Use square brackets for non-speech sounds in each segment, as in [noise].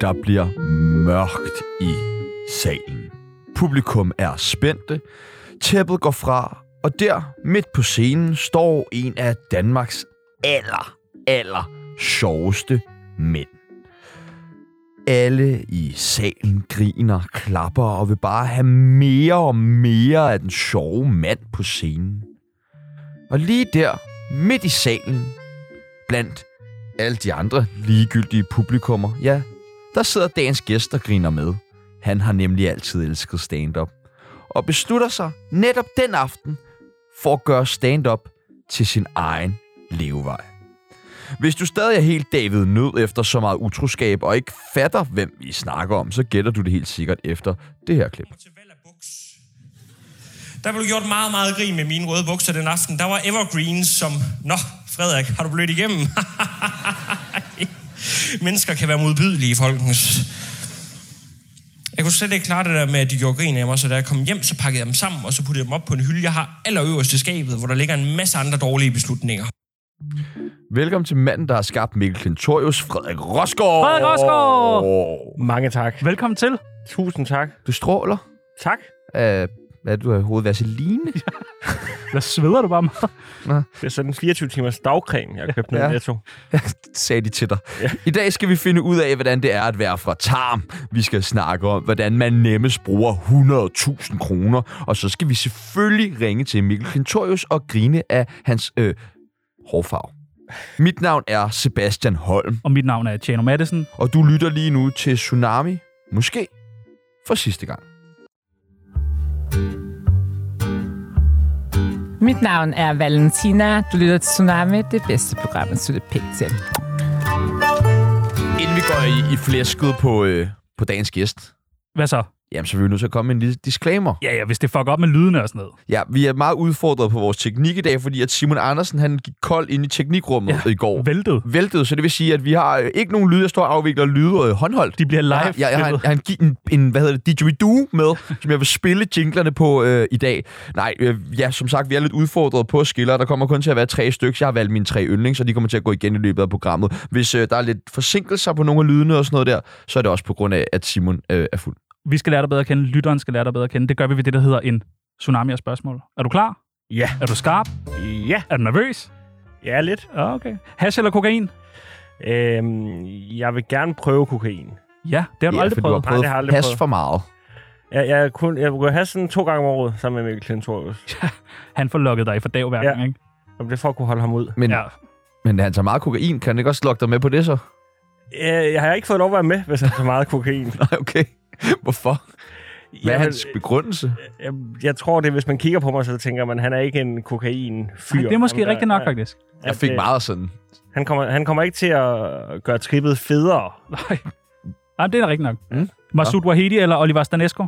Der bliver mørkt i salen. Publikum er spændte. Tæppet går fra, og der midt på scenen står en af Danmarks aller, aller sjoveste mænd. Alle i salen griner, klapper og vil bare have mere og mere af den sjove mand på scenen. Og lige der, midt i salen, blandt alle de andre ligegyldige publikummer, ja, der sidder dagens gæst og griner med. Han har nemlig altid elsket stand-up. Og beslutter sig netop den aften for at gøre stand-up til sin egen levevej. Hvis du stadig er helt David Nød efter så meget utroskab og ikke fatter, hvem vi snakker om, så gætter du det helt sikkert efter det her klip. til valg af buks. Der blev gjort meget, meget grin med mine røde bukser den aften. Der var evergreens som, Nå, Frederik, har du blødt igennem? [laughs] Mennesker kan være modbydelige, folkens. Jeg kunne slet ikke klare det der med, at de gjorde grin af mig, så da jeg kom hjem, så pakkede jeg dem sammen, og så puttede jeg dem op på en hylde, jeg har allerøverst i skabet, hvor der ligger en masse andre dårlige beslutninger. Velkommen til manden, der har skabt Mikkel Klintorius, Frederik Rosgaard. Frederik Rosgaard! Mange tak. Velkommen til. Tusind tak. Du stråler Tak. af, hvad du har i hovedet, vaseline. Hvad sveder du bare med? Det er sådan en 24 timers dagcreme, jeg har købt ned Ja. i Netto. sagde de til dig. I dag skal vi finde ud af, hvordan det er at være fra Tarm. Vi skal snakke om, hvordan man nemmest bruger 100.000 kroner. Og så skal vi selvfølgelig ringe til Mikkel Klintorius og grine af hans øh, hårfarve. Mit navn er Sebastian Holm, Og mit navn er Tjano Madison. og du lytter lige nu til Tsunami, måske for sidste gang. Mit navn er Valentina. Du lytter til Tsunami, det bedste program, at slutte pænt til. Inden vi går i, i flæsket på, øh, på dagens gæst, Hvad så? jamen så er vi jo nødt til at komme med en lille disclaimer. Ja, ja, hvis det fucker op med lydene og sådan noget. Ja, vi er meget udfordret på vores teknik i dag, fordi at Simon Andersen han gik kold ind i teknikrummet ja. i går. Væltet. Væltede, så det vil sige, at vi har øh, ikke nogen lyd, der står og afvikler lyde øh, håndholdt. De bliver jeg, live. har- jeg, jeg, har, en- klippet. jeg har en, gi- en, en, hvad hedder det, didgeridoo med, som jeg vil spille jinglerne på øh, i dag. Nej, øh, ja, som sagt, vi er lidt udfordret på skiller. Der kommer kun til at være tre stykker. Jeg har valgt mine tre yndlings, og de kommer til at gå igen i løbet af programmet. Hvis øh, der er lidt forsinkelser på nogle af lydene og sådan noget der, så er det også på grund af, at Simon øh, er fuld. Vi skal lære dig bedre at kende. Lytteren skal lære dig bedre at kende. Det gør vi ved det, der hedder en tsunami af spørgsmål. Er du klar? Ja. Er du skarp? Ja. Er du nervøs? Ja, lidt. Ja, okay. Hash eller kokain? Øhm, jeg vil gerne prøve kokain. Ja, det har du Ja, aldrig for du har prøvet. prøvet det har jeg aldrig pas prøvet. for meget. Jeg, jeg, er kun, jeg vil gå have sådan to gange om året sammen med Mikkel Klintorius. Han får lukket dig for dag hver Ja. gang, ikke? Om det er for at kunne holde ham ud. Men, ja. Ja. men han tager meget kokain. Kan han ikke også lokke dig med på det så? Øh, jeg har ikke fået lov at være med, hvis jeg har så meget [laughs] kokain. [laughs] Nej, okay. Hvorfor? Hvad er Jamen, hans begrundelse? øh, jeg, jeg tror, det er, hvis man kigger på mig, så tænker man, han er ikke en kokain-fyr. Ej, det er måske Jamen, der- rigtigt nok, ja, faktisk. at, Jeg fik øh, meget sådan... Han kommer, han kommer ikke til at gøre trippet [laughs] federe. Nej. Ej, det er da rigtigt nok. Mm. Masoud Wahidi eller Oliver Stanesco?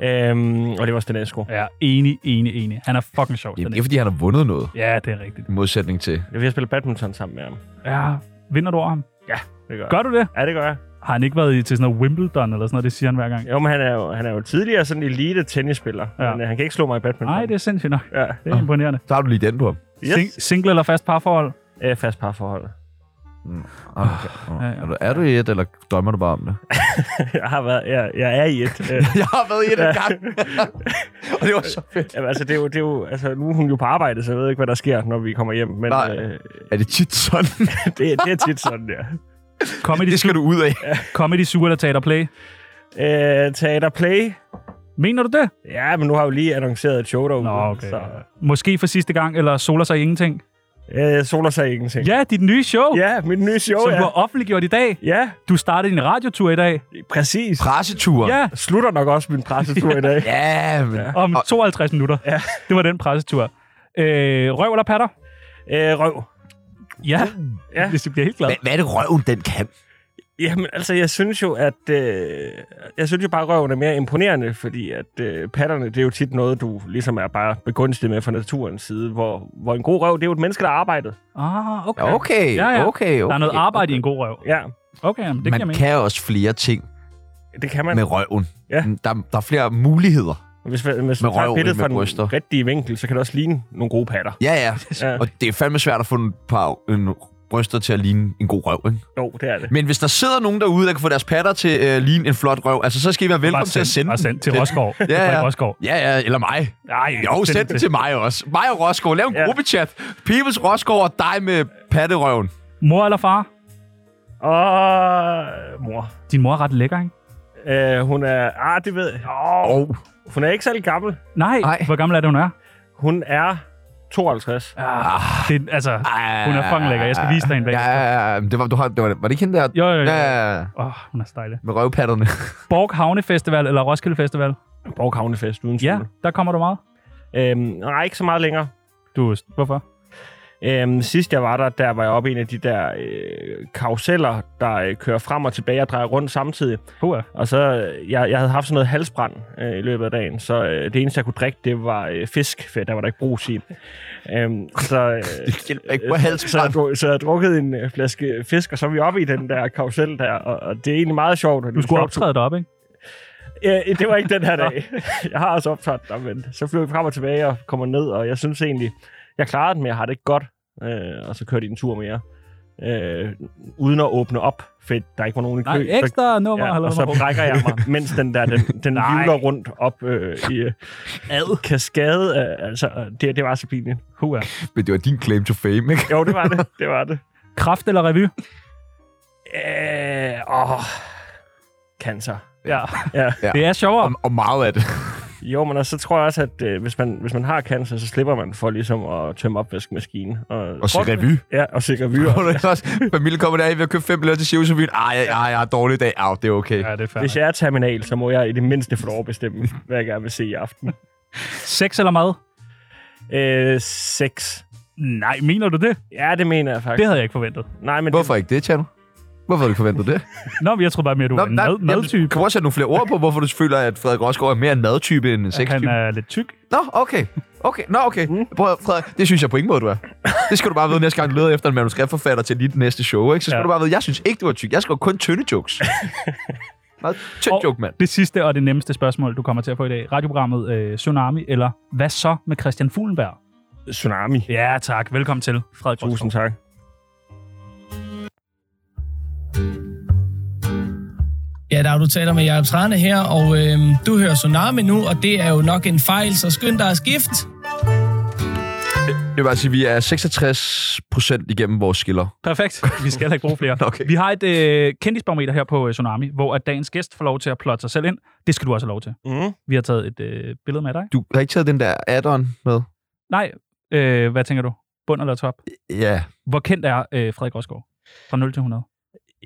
Øhm, og det var Stanesco. Ja, enig, enig, enig. Han er fucking sjov. Jamen, det er, Stanesco. fordi han har vundet noget, Ja, det er rigtigt. i modsætning til... Jeg vil spille badminton sammen med ham. Ja, vinder du over ham? Det gør, Gør du det? Ja, det gør jeg. Har han ikke været i, til sådan noget Wimbledon eller sådan noget? Det siger han hver gang. Jo, men han er jo, han er jo tidligere sådan elite tennisspiller. Ja. Ja. Men øh, han kan ikke slå mig i badminton. Nej, det er sindssygt nok. Ja. Det Ah. er imponerende. Så har du lige den på ham. Yes. Yes. Single eller fast parforhold? Æ, fast parforhold. [laughs] Ah, Okay. Ja, Ja, ja. ja. Er, du, er du i et, eller drømmer du bare om det? jeg har været... Jeg, jeg er i et. [laughs] Øh, [laughs] Jeg har været i et gang, og det var så fedt. jamen, altså, det er jo, det er jo, altså, nu er hun jo på arbejde, så jeg ved ikke, hvad der sker, når vi kommer hjem. Men Nej. øh, [laughs] Er det tit [laughs] sådan? det, det er tit sådan, ja. Comedy, Det skal du ud af. comedy Zoo eller Teater Play? Æ, Øh, teater Play. Mener du det? Ja, men nu har jeg jo lige annonceret et show Uh, derude. Nå, okay. Så, Måske for sidste gang, eller Soler sig i ingenting? øh, Soler sagde ingenting. Ja, dit nye show, ja mit nye show, som ja. du har offentliggjort i dag. Ja, Du startede din radiotur i dag. præcis. Presseturen. Ja, Slutter nok også min pressetur i [laughs] dag. Ja, men... Ja. om 52 minutter. Ja. Det var den pressetur. Øh, røv eller patter? Æ, Øh, røv. Ja. Ja. Hvis du bliver helt glad. Hvad, hvad er det røven, den kan? Jamen, altså, jeg synes jo, at... Øh, jeg synes jo bare, at røven er mere imponerende, fordi at øh, patterne, det er jo tit noget, du ligesom er bare begunstiget med fra naturens side, hvor, hvor en god røv, det er jo et menneske, der har arbejdet. Ah, okay. Okay, okay, Ja, ja. okay. Der er noget arbejde i en god røv. Ja, Okay, jamen, det giver Man mening. kan også flere ting det kan man. med røven. Ja. Der, der er flere muligheder. Hvis, hvis Med man tager røv et billede ind med fra den bryster. rigtige vinkel, så kan det også ligne nogle gode patter. Ja, ja. Ja. Og det er fandme svært at få en par en bryster til at ligne en god røv, ikke? Jo, det er det. Men hvis der sidder nogen derude, der kan få deres patter til at øh, ligne en flot røv, altså så skal I være velkommen til at sende Bare den. send til Roskov. Ja, ja. Roskov. Ja, ja, eller mig. Nej, Jo, send den til mig også. Mig og Roskov. Lav en Ja. gruppechat. Peoples Roskov og dig med patterøven. Mor eller far? Og mor. Din mor er ret lækker, ikke? Øh, hun er... Ah, det ved jeg. Oh, Og hun er ikke særlig gammel. Nej. Nej. Hvor gammel er det, hun er? Hun er 52. Det, er- altså, Ej. hun er fucking lækker. Jeg skal vise dig en bag. Ah. Ja, ja, ja. Det var, du har, det var, var det ikke hende der? Jo, jo, jo. Ja, ja, ja. Åh, oh, hun er så dejlig. Med røvpatterne. Borg Havne Festival eller Roskilde Festival? Borg Havnefest, uden Ja, tvivl. der kommer du meget. Øhm, nej, ikke så meget længere. Du, hvorfor? Øhm, sidst jeg var der, der var jeg oppe i en af de der øh, karuseller, der øh, kører frem og tilbage og drejer rundt samtidig. Hua. Og så, øh, jeg, jeg havde haft sådan noget halsbrand øh, i løbet af dagen, så øh, det eneste, jeg kunne drikke, det var øh, fisk, for der var der ikke brug i. Øhm, så, øh, hjælper [laughs] ikke på halsbrand. Så, jeg dru- så jeg drukkede en øh, flaske fisk, og så var vi oppe i den der karusel der, og, og det er egentlig meget sjovt. og det Du er skulle sjovt. optræde deroppe, ikke? Ja, det var ikke den her dag. jeg har også optaget dig, men så flyver vi frem og tilbage og kommer ned, og jeg synes egentlig, jeg klarede den, men jeg har det ikke godt. Øh, og så kørte de en tur mere. Øh, uden at åbne op, for der ikke var nogen i kø. Nej, så, ekstra nummer. ja, eller og så hvad? brækker jeg mig, mens den der, den, den hivler rundt op øh, i øh, kaskade. Øh, altså, øh, det, det var så pinligt. Hua. Men det var din claim to fame, ikke? Jo, det var det. Det var [laughs] det. Kraft eller revy? Øh, åh, cancer. Ja. Ja. Ja. [laughs] Det er sjovere. Og, og meget af det. Jo, men altså, så tror jeg også, at øh, hvis, man, hvis man har cancer, så slipper man for ligesom at tømme opvaskemaskinen. Og, Og se revy. Ja, og se [laughs] revyer. Hvor du også, familien kommer der, vi har købt fem billetter til Sjøsebyen. Ej, ej, ej, jeg har dårlig dag. Au, det er okay. Ja, det er Hvis færdigt. jeg er terminal, så må jeg i det mindste få lov at bestemme, [laughs] hvad jeg gerne vil se i aften. Sex eller mad? Øh, sex. Nej, mener du det? Ja, det mener jeg Det faktisk. havde jeg ikke forventet. Nej, men Hvorfor ikke det, Tjerno? Hvorfor har du forventet det? Nå, men jeg troede bare mere, du var en mad, jamen, madtype. Kan du også sætte nogle flere ord på, hvorfor du føler, at Frederik Rosgaard er mere en madtype end en Han sextype? er lidt tyk. Nå, okay. Okay, nå, okay. Prøv, at- Frederik, det synes jeg på ingen måde, du er. Det skal du bare vide næste gang, du leder efter en manuskriptforfatter til dit næste show, ikke? Så skal Ja. du bare vide, jeg synes ikke, du er tyk. Jeg skriver kun tynde [laughs] jokes. Meget tynd Og- joke, mand. Det sidste og det nemmeste spørgsmål, du kommer til at få i dag. Radioprogrammet øh, Tsunami, eller hvad så med Christian Fulenberg? tsunami. Ja, tak. Velkommen til, Frederik Roskov. Tusind tak. Ja, der er du taler med Jacob Trane her, og øh, du hører Tsunami nu, og det er jo nok en fejl, så skynd dig at skifte. Jeg vil bare sige, vi er 66 procent igennem vores skiller. Perfekt. Vi skal heller ikke bruge flere. Okay. Vi har et øh, kendisbarometer her på øh, Tsunami, hvor at dagens gæst får lov til at plotte sig selv ind. Det skal du også have lov til. Mm-hmm. Mm. Vi har taget et øh, billede med af dig. Du har ikke taget den der add-on med? Nej, øh, hvad tænker du? Bund eller top? Ja. Hvor kendt er øh, Frederik Rosgaard? Fra 0 til 100.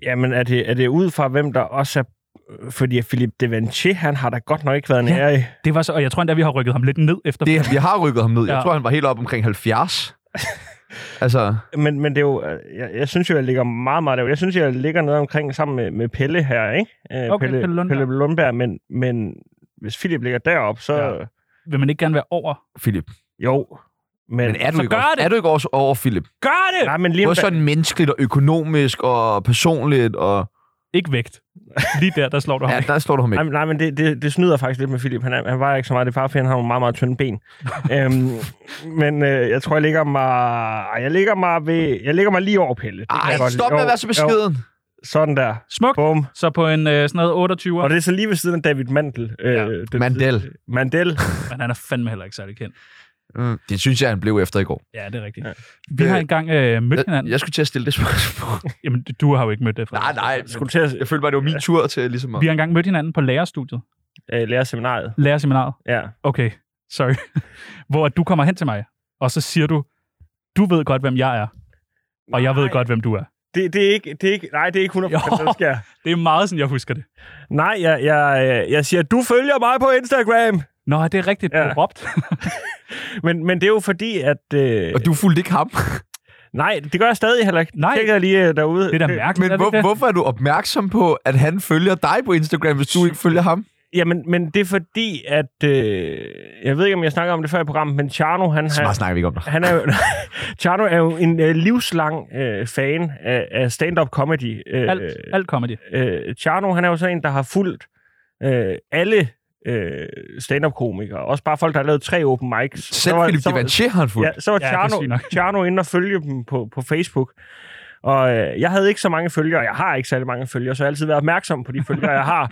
Jamen, er det, er det ud fra, hvem der også er... Fordi Philip Devanché, han har da godt nok ikke været Ja. nær i. Det var så, og jeg tror endda, vi har rykket ham lidt ned efter. Det, vi har rykket ham ned. Jeg Ja. tror, han var helt op omkring [laughs] 70. Altså, Men, men det er jo, øh, jeg, jeg synes jo, jeg ligger meget, meget lavt. Jeg synes, jeg ligger nede omkring sammen med, med Pelle her, ikke? Øh, Okay, Pelle Lundberg. Pelle Lundberg, men, men hvis Philip ligger derop, så... Ja. Ja. Vil man ikke gerne være over? Philip. Jo, men... Men er du, så ikke gør også, det! er du ikke også over Philip? Gør det! Nej, men lige om, Både sådan menneskeligt og økonomisk og personligt. Og, Ikke vægt. Lige der, der slår du ham. ja, der slår du ham nej, ikke. men- nej, men det, det, det snyder faktisk lidt med Philip. Han, er, han var ikke så meget. Det er bare, fordi han har nogle meget, meget tynde [laughs] ben. øhm, men øh, jeg tror, jeg ligger mig... ej, Jeg ligger mig, ved, jeg ligger mig lige over Pelle. Det kan jeg Ej, godt stop lide. med at Jo, være så jo, beskeden. Sådan der. Smukt. Bum. Så på en øh, sådan noget 28 Og det er så lige ved siden af David Mandel. Øh, Ja. den- Mandel. Mandel. men han er fandme heller ikke særlig kendt. Mm, Det synes jeg, han blev efter i går. Ja, det er rigtigt. Ja. Vi har engang øh, mødt Jeg, hinanden. jeg skulle til at stille det [laughs] spørgsmål. Jamen, du har jo ikke mødt det, Frederik. nej, nej. Skulle du til at Jeg følte bare, det var min tur til ligesom at... Vi har engang mødt hinanden på lærerstudiet. øh, lære seminaret? Lærerseminaret. Ja. Okay, sorry. [laughs] Hvor at du kommer hen til mig, og så siger du, du ved godt, hvem jeg er, og jeg ved Nej, godt, hvem du er. Det, det, er ikke, det er ikke, nej, det er ikke 100% Jo. det sker. Det er meget sådan, jeg husker det. Nej, jeg, jeg, øh, jeg siger, du følger mig på Instagram. Nå, det er rigtigt. Ja. Ja. Du råbte. Men, men det er jo fordi, at... Øh, Og du fulgte ikke ham. Nej, det gør jeg stadig heller ikke. Nej. Tjekker jeg lige øh, derude. [laughs] Det er da Øh, Men mærkeligt, er det hvor, ikke det? hvorfor er du opmærksom på, at han følger dig på Instagram, hvis du ikke følger ham? Øh, Jamen, men det er fordi, at... Øh, jeg ved ikke, om jeg snakker om det før i programmet, men Charno, han Smart har... snakker vi ikke om dig. Han er jo, [laughs] Charno er jo en øh, livslang øh, fan af, af stand-up comedy. Øh, Alt, alt comedy. øh, Charno, han er jo sådan en, der har fulgt øh, alle øh, stand-up-komikere. Også bare folk, der har lavet tre open mics. Så Selv var- Philip så var- Givenchy har han fulgt. Ja, så var Ja, det er sygt Tjerno, nok. Tjerno inde og følge dem på, på Facebook. Og øh, jeg havde ikke så mange følgere, jeg har ikke særlig mange følgere, så jeg har altid været opmærksom på de følgere, jeg har.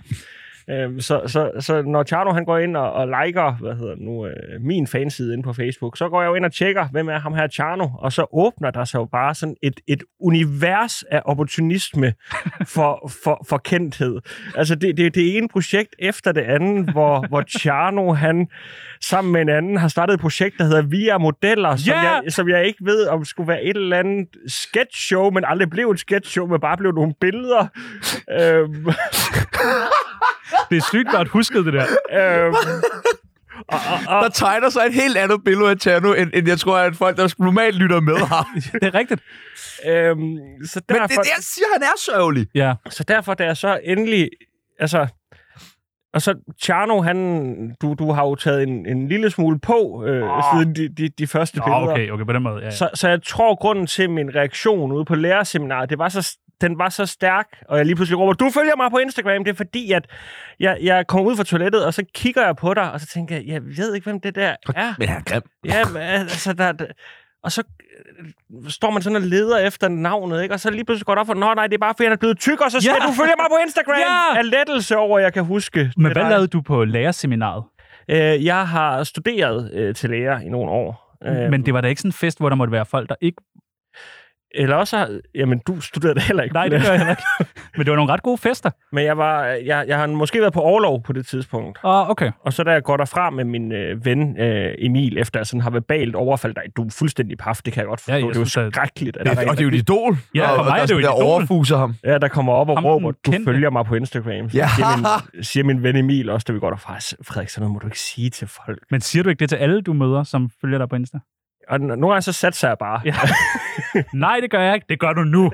Øhm, så, så, så når Tjerno han går ind og, og liker, hvad hedder det nu, øh, min fanside inde på Facebook, så går jeg jo ind og tjekker, hvem er ham her Tjerno, og så åbner der sig jo bare sådan et, et univers af opportunisme for, for, for kendthed. Altså det, det, det ene projekt efter det andet, hvor, hvor Tjerno han sammen med en anden har startet et projekt, der hedder Via Modeller, som, Ja! jeg, som jeg ikke ved, om skulle være et eller andet sketchshow, men aldrig blev et sketchshow, men bare blev nogle billeder. øhm, Det er sygt godt husket, det der. øhm, og, og, og, Der tegner sig et helt andet billede af Tjerno, end, end jeg tror, at folk, der normalt lytter med, [laughs] har. Det er rigtigt. øhm, så Men derfor... det, jeg siger, han er sørgelig. Ja. Så derfor, da jeg så endelig... Altså, og så Tjerno, han, du, du har jo taget en, en lille smule på øh, Ah. oh. siden de, de, de første Nå, billeder. okay, okay, på den måde. Ja, ja. Så, så jeg tror, grunden til min reaktion ude på lærerseminaret, det var så, den var så stærk, og jeg lige pludselig råber, du følger mig på Instagram, det er fordi, at jeg, jeg kommer ud fra toilettet, og så kigger jeg på dig, og så tænker jeg, jeg ved ikke, hvem det der er. Men han er grim. Ja, men altså, der, der, og så øh, står man sådan og leder efter navnet, ikke? Og så lige pludselig går det op for, nå nej, det er bare fordi, han er blevet tyk, og så siger Ja. ja. du følger mig på Instagram Ja. af lettelse over, at jeg kan huske. Men det hvad dig. lavede du på lærerseminaret? Øh, jeg har studeret øh, til lærer i nogle år. Øh, Men det var da ikke sådan en fest, hvor der måtte være folk, der ikke... Eller også, har- jamen du studerede heller ikke. Nej, det gør jeg heller ikke. Men det var nogle ret gode fester. Men jeg, var, jeg, jeg har måske været på overlov på det tidspunkt. Åh, Ah, okay. Og så da jeg går derfra med min øh, ven øh, Emil, efter jeg sådan har verbalt overfaldt dig, du er fuldstændig paf, det kan jeg godt forstå. Ja, Ja, jeg det er jo synes, at- skrækkeligt. At Det, der er en, og det er jo et idol. Ja, og, for mig og er det jo et der idol. overfuser ham. Ja, der kommer op og Ham, råber, den du kendte." følger mig på Instagram. Så Ja. siger, [laughs] min, siger min ven Emil også, da vi går derfra, "S- Frederik, sådan noget må du ikke sige til folk. Men siger du ikke det til alle, du møder, som følger dig på Insta? Og n- nogle gange så satser jeg bare. Ja. Nej, det gør jeg ikke. Det gør du nu.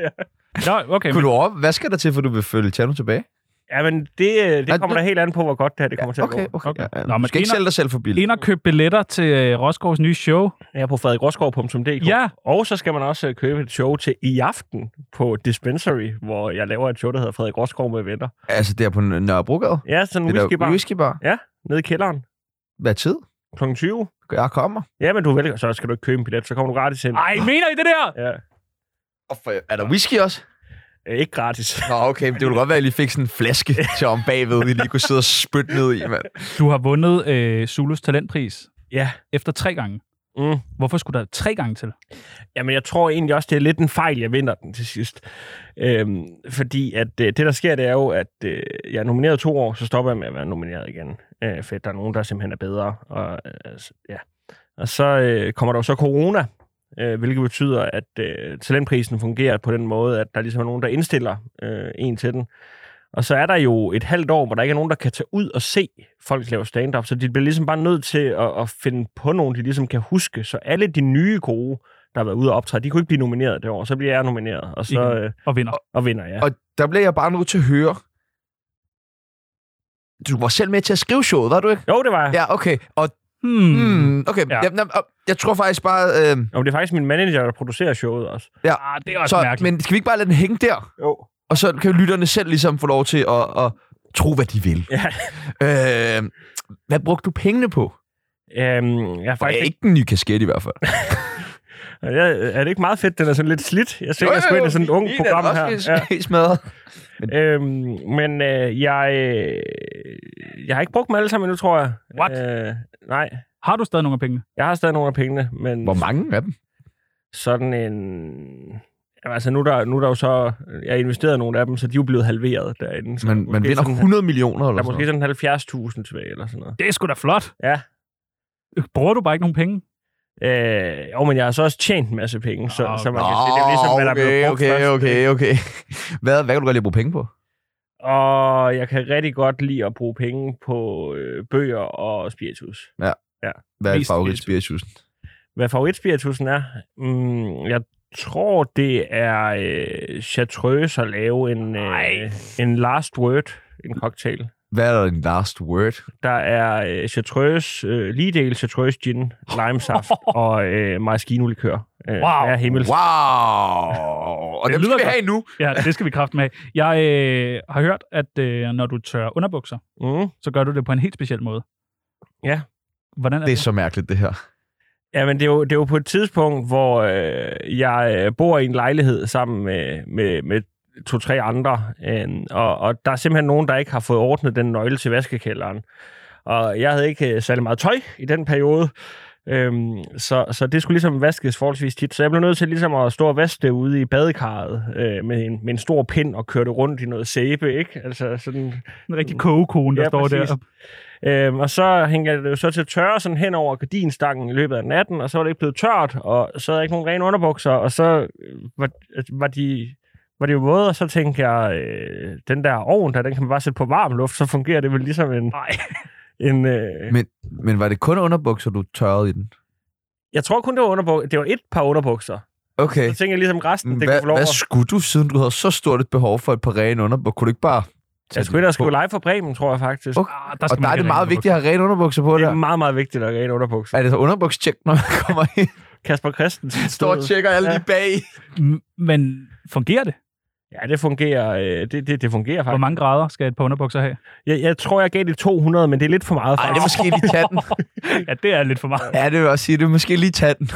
Nå, okay. Kunne du Men, op? Hvad skal der til, for du vil følge Tjerno tilbage? [laughs] Ja, men det, øh, det Ja, kommer det- da helt an på, hvor godt det her det kommer til at okay, gå. okay. okay. Ja, ja. Nå, Nå, du men skal ikke Ina- sælge dig selv for billigt. ind og køb billetter til øh, Rosgaards nye show. Jeg er på frederikgrosgaard.dk. Ja. Og så skal man også øh, købe et show til i aften på Dispensary, hvor jeg laver et show, der hedder Frederik Rosgaard med venner. Altså, der på N- Nørrebrogade. Ja, sådan en Det er whiskybar der whiskybar. nede i kælderen Hvad tid? kl. 20. Jeg kommer. Ja, men du er velkommen. Så skal du ikke købe en billet, så kommer du gratis ind. Ej, mener I det der? Ja. Og for, er der whisky også? Øh, Ikke gratis. [laughs] Nå, okay, men det ville godt være, at jeg lige fik sådan en flaske til om bagved, vi lige kunne sidde og spytte ned i, mand. Du har vundet øh, Zulus talentpris Ja. efter tre gange. Mm. Hvorfor skulle der tre gange til? Jamen, jeg tror egentlig også, det er lidt en fejl, jeg vinder den til sidst. Øhm, fordi at øh, det, der sker, det er jo, at øh, jeg er nomineret to år, så stopper jeg med at være nomineret igen. Øh, for der er nogen, der simpelthen er bedre. Og, øh, s- ja. og så øh, kommer der jo så corona, øh, hvilket betyder, at øh, talentprisen fungerer på den måde, at der ligesom er nogen, der indstiller øh, en til den. Og så er der jo et halvt år, hvor der ikke er nogen, der kan tage ud og se folk lave stand-up, så de bliver ligesom bare nødt til at, at finde på nogen, de ligesom kan huske. Så alle de nye gode, der har været ude og optræde, de kunne ikke blive nomineret det år. Så bliver jeg nomineret, og så Igen. øh, Og vinder. og vinder jeg. Og der blev jeg bare nødt til at høre. Du var selv med til at skrive showet, var du ikke? Jo, det var jeg. Ja. Ja, okay. Og Hmm. mm, okay, Ja. ja. jeg, jeg, jeg tror faktisk bare... Øh, Og det er faktisk min manager, der producerer showet også. Ah, det er også så, så, mærkeligt. men skal vi ikke bare lade den hænge der? Jo. Og så kan lytterne selv ligesom få lov til at, at tro, hvad de vil. Ja. [laughs] Øh, hvad brugte du pengene på? Øhm, jeg er For faktisk ikke... ikke den nye kasket i hvert fald. Jeg, er det ikke meget fedt, den er sådan lidt slidt? Jeg ser, jeg skal ind i sådan Øh, et ungt program her. Ja. Ja. Helt smadret. Øhm, men øh, jeg, øh, jeg har ikke brugt dem alle sammen endnu, tror jeg. What? Øh, nej, Har du stadig nogle af pengene? jeg har stadig nogle af pengene, men... Hvor mange af dem? sådan en... Jamen, altså, nu er der, nu er der jo så... Jeg har investeret nogle af dem, så de er jo blevet halveret derinde. Så Man, måske man vinder sådan, 100 millioner Der eller er måske sådan noget. sådan 70.000 tilbage, eller sådan noget. Det er sgu da flot. Ja. Bruger du bare ikke nogen penge? Øh, jo, men jeg har så også tjent en masse penge, så, Ah, så man kan Nå, sige, det er jo ligesom, hvad der er blevet brugt okay, først. okay, okay. Hvad, hvad kan du godt lide at bruge penge på? Og jeg kan rigtig godt lide at bruge penge på øh, bøger og spiritus. Hvad er Mest favorit spiritus? Hvad favoritspiritusen er? Mm, jeg tror, det er øh, Chartreuse at lave en, øh, en last word, en cocktail. Hvad er der en last word? Der er [laughs] øh, chartreuse, øh, lige del chartreuse gin, limesaft og øh, maraschino likør. Øh, Wow. Ja, himmels. Wow! Og Det dem lyder skal vi godt. have nu. Ja, det skal vi kraften med. Jeg øh, har hørt, at øh, når du tørrer underbukser, Mm. så gør du det på en helt speciel måde. Ja. Hvordan er Det det? er så mærkeligt, det her. Ja, men det er, jo, det er jo på et tidspunkt, hvor øh, jeg øh, bor i en lejlighed sammen med, med, med to-tre andre, øh, og, og der er simpelthen nogen, der ikke har fået ordnet den nøgle til vaskekælderen. Og jeg havde ikke øh, særlig meget tøj i den periode, øhm, så, så det skulle ligesom vaskes forholdsvis tit. Så jeg blev nødt til ligesom at stå og vaske det ude i badekarret øh, med, en, med en stor pind og køre det rundt i noget sæbe, ikke? Altså sådan En rigtig kogekone, der Ja, står præcis. der. Øhm, og så hænger jeg det jo så til tørre sådan hen over gardinstangen i løbet af natten, og så var det ikke blevet tørt, og så havde jeg ikke nogen rene underbukser, og så øh, var, var de var det jo våde, og så tænkte jeg, øh, den der ovn der, den kan man bare sætte på varm luft, så fungerer det vel ligesom en... Nej. En, øh, Men, men var det kun underbukser, du tørrede i den? jeg tror kun, det var, underbuk- det var et par underbukser. Okay. Så tænkte jeg ligesom resten, Hvad, det kunne få lov hvad at... skulle du, siden du havde så stort et behov for et par rene underbukser? Kunne du ikke bare... tage Jeg skulle dem ellers gå på? live for Bremen, tror jeg faktisk. Okay. Ah, der Og skal man der er ikke det have meget rene vigtigt at have rene underbukser på Det er der. meget, meget vigtigt at have rene underbukser. Er det så underbukstjek, når man kommer ind? Kasper Christensen Står og tjekker alle lige bag. underbukser. M- Men fungerer det? Ja, det fungerer, øh, det, det, det fungerer faktisk. Hvor mange grader skal et par [laughs] underbukser have? Jeg, jeg tror, jeg gav det 200, men det er lidt for meget. Ej, det faktisk. er måske lige tanden. Ja, det er lidt for meget. [laughs] Ja, det vil jeg også sige. Det er måske lige tanden.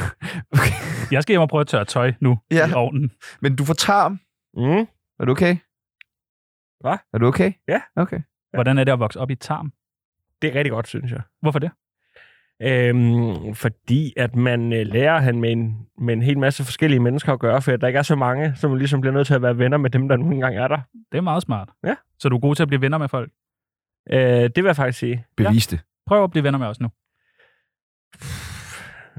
Okay. Jeg skal hjem og prøve at tørre tøj nu Ja. ja. i ovnen. Men du får tarm. [laughs] Mm. Er du okay? Hva? Er du okay? Ja. Okay. Hvordan er det at vokse op i tarm? Det er rigtig godt, synes jeg. Hvorfor det? Øhm, fordi at man øh, lærer han med en, med en hel masse forskellige mennesker at gøre, for at der ikke er så mange, så man ligesom bliver nødt til at være venner med dem, der nu engang er der. Det er meget smart. Ja. Så du er god til at blive venner med folk. Øh, det vil jeg faktisk sige. Bevis det. Prøv at blive venner med os nu.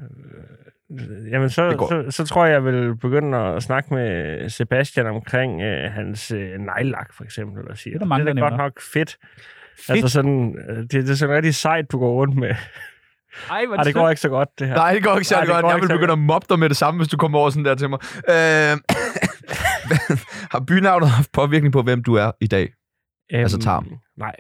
Øh, Jamen, Det så, går. så, så tror jeg, jeg vil begynde at snakke med Sebastian omkring øh, hans øh, nejlak, for eksempel, og sige, Det er der mange, det er da der godt nævner." nok fedt. fedt. Altså sådan, øh, det, det er sådan rigtig sejt, du går rundt med. Ej, hvor Ej, det går ikke så godt, det her. Nej, det går ikke særlig Nej, det godt. går Jeg ikke vil særlig begynde at mobbe dig med det samme, hvis du kommer over sådan der til mig. Øh, [coughs] har bynavnet haft påvirkning på, hvem du er i dag? altså tarm. Øhm, Nej.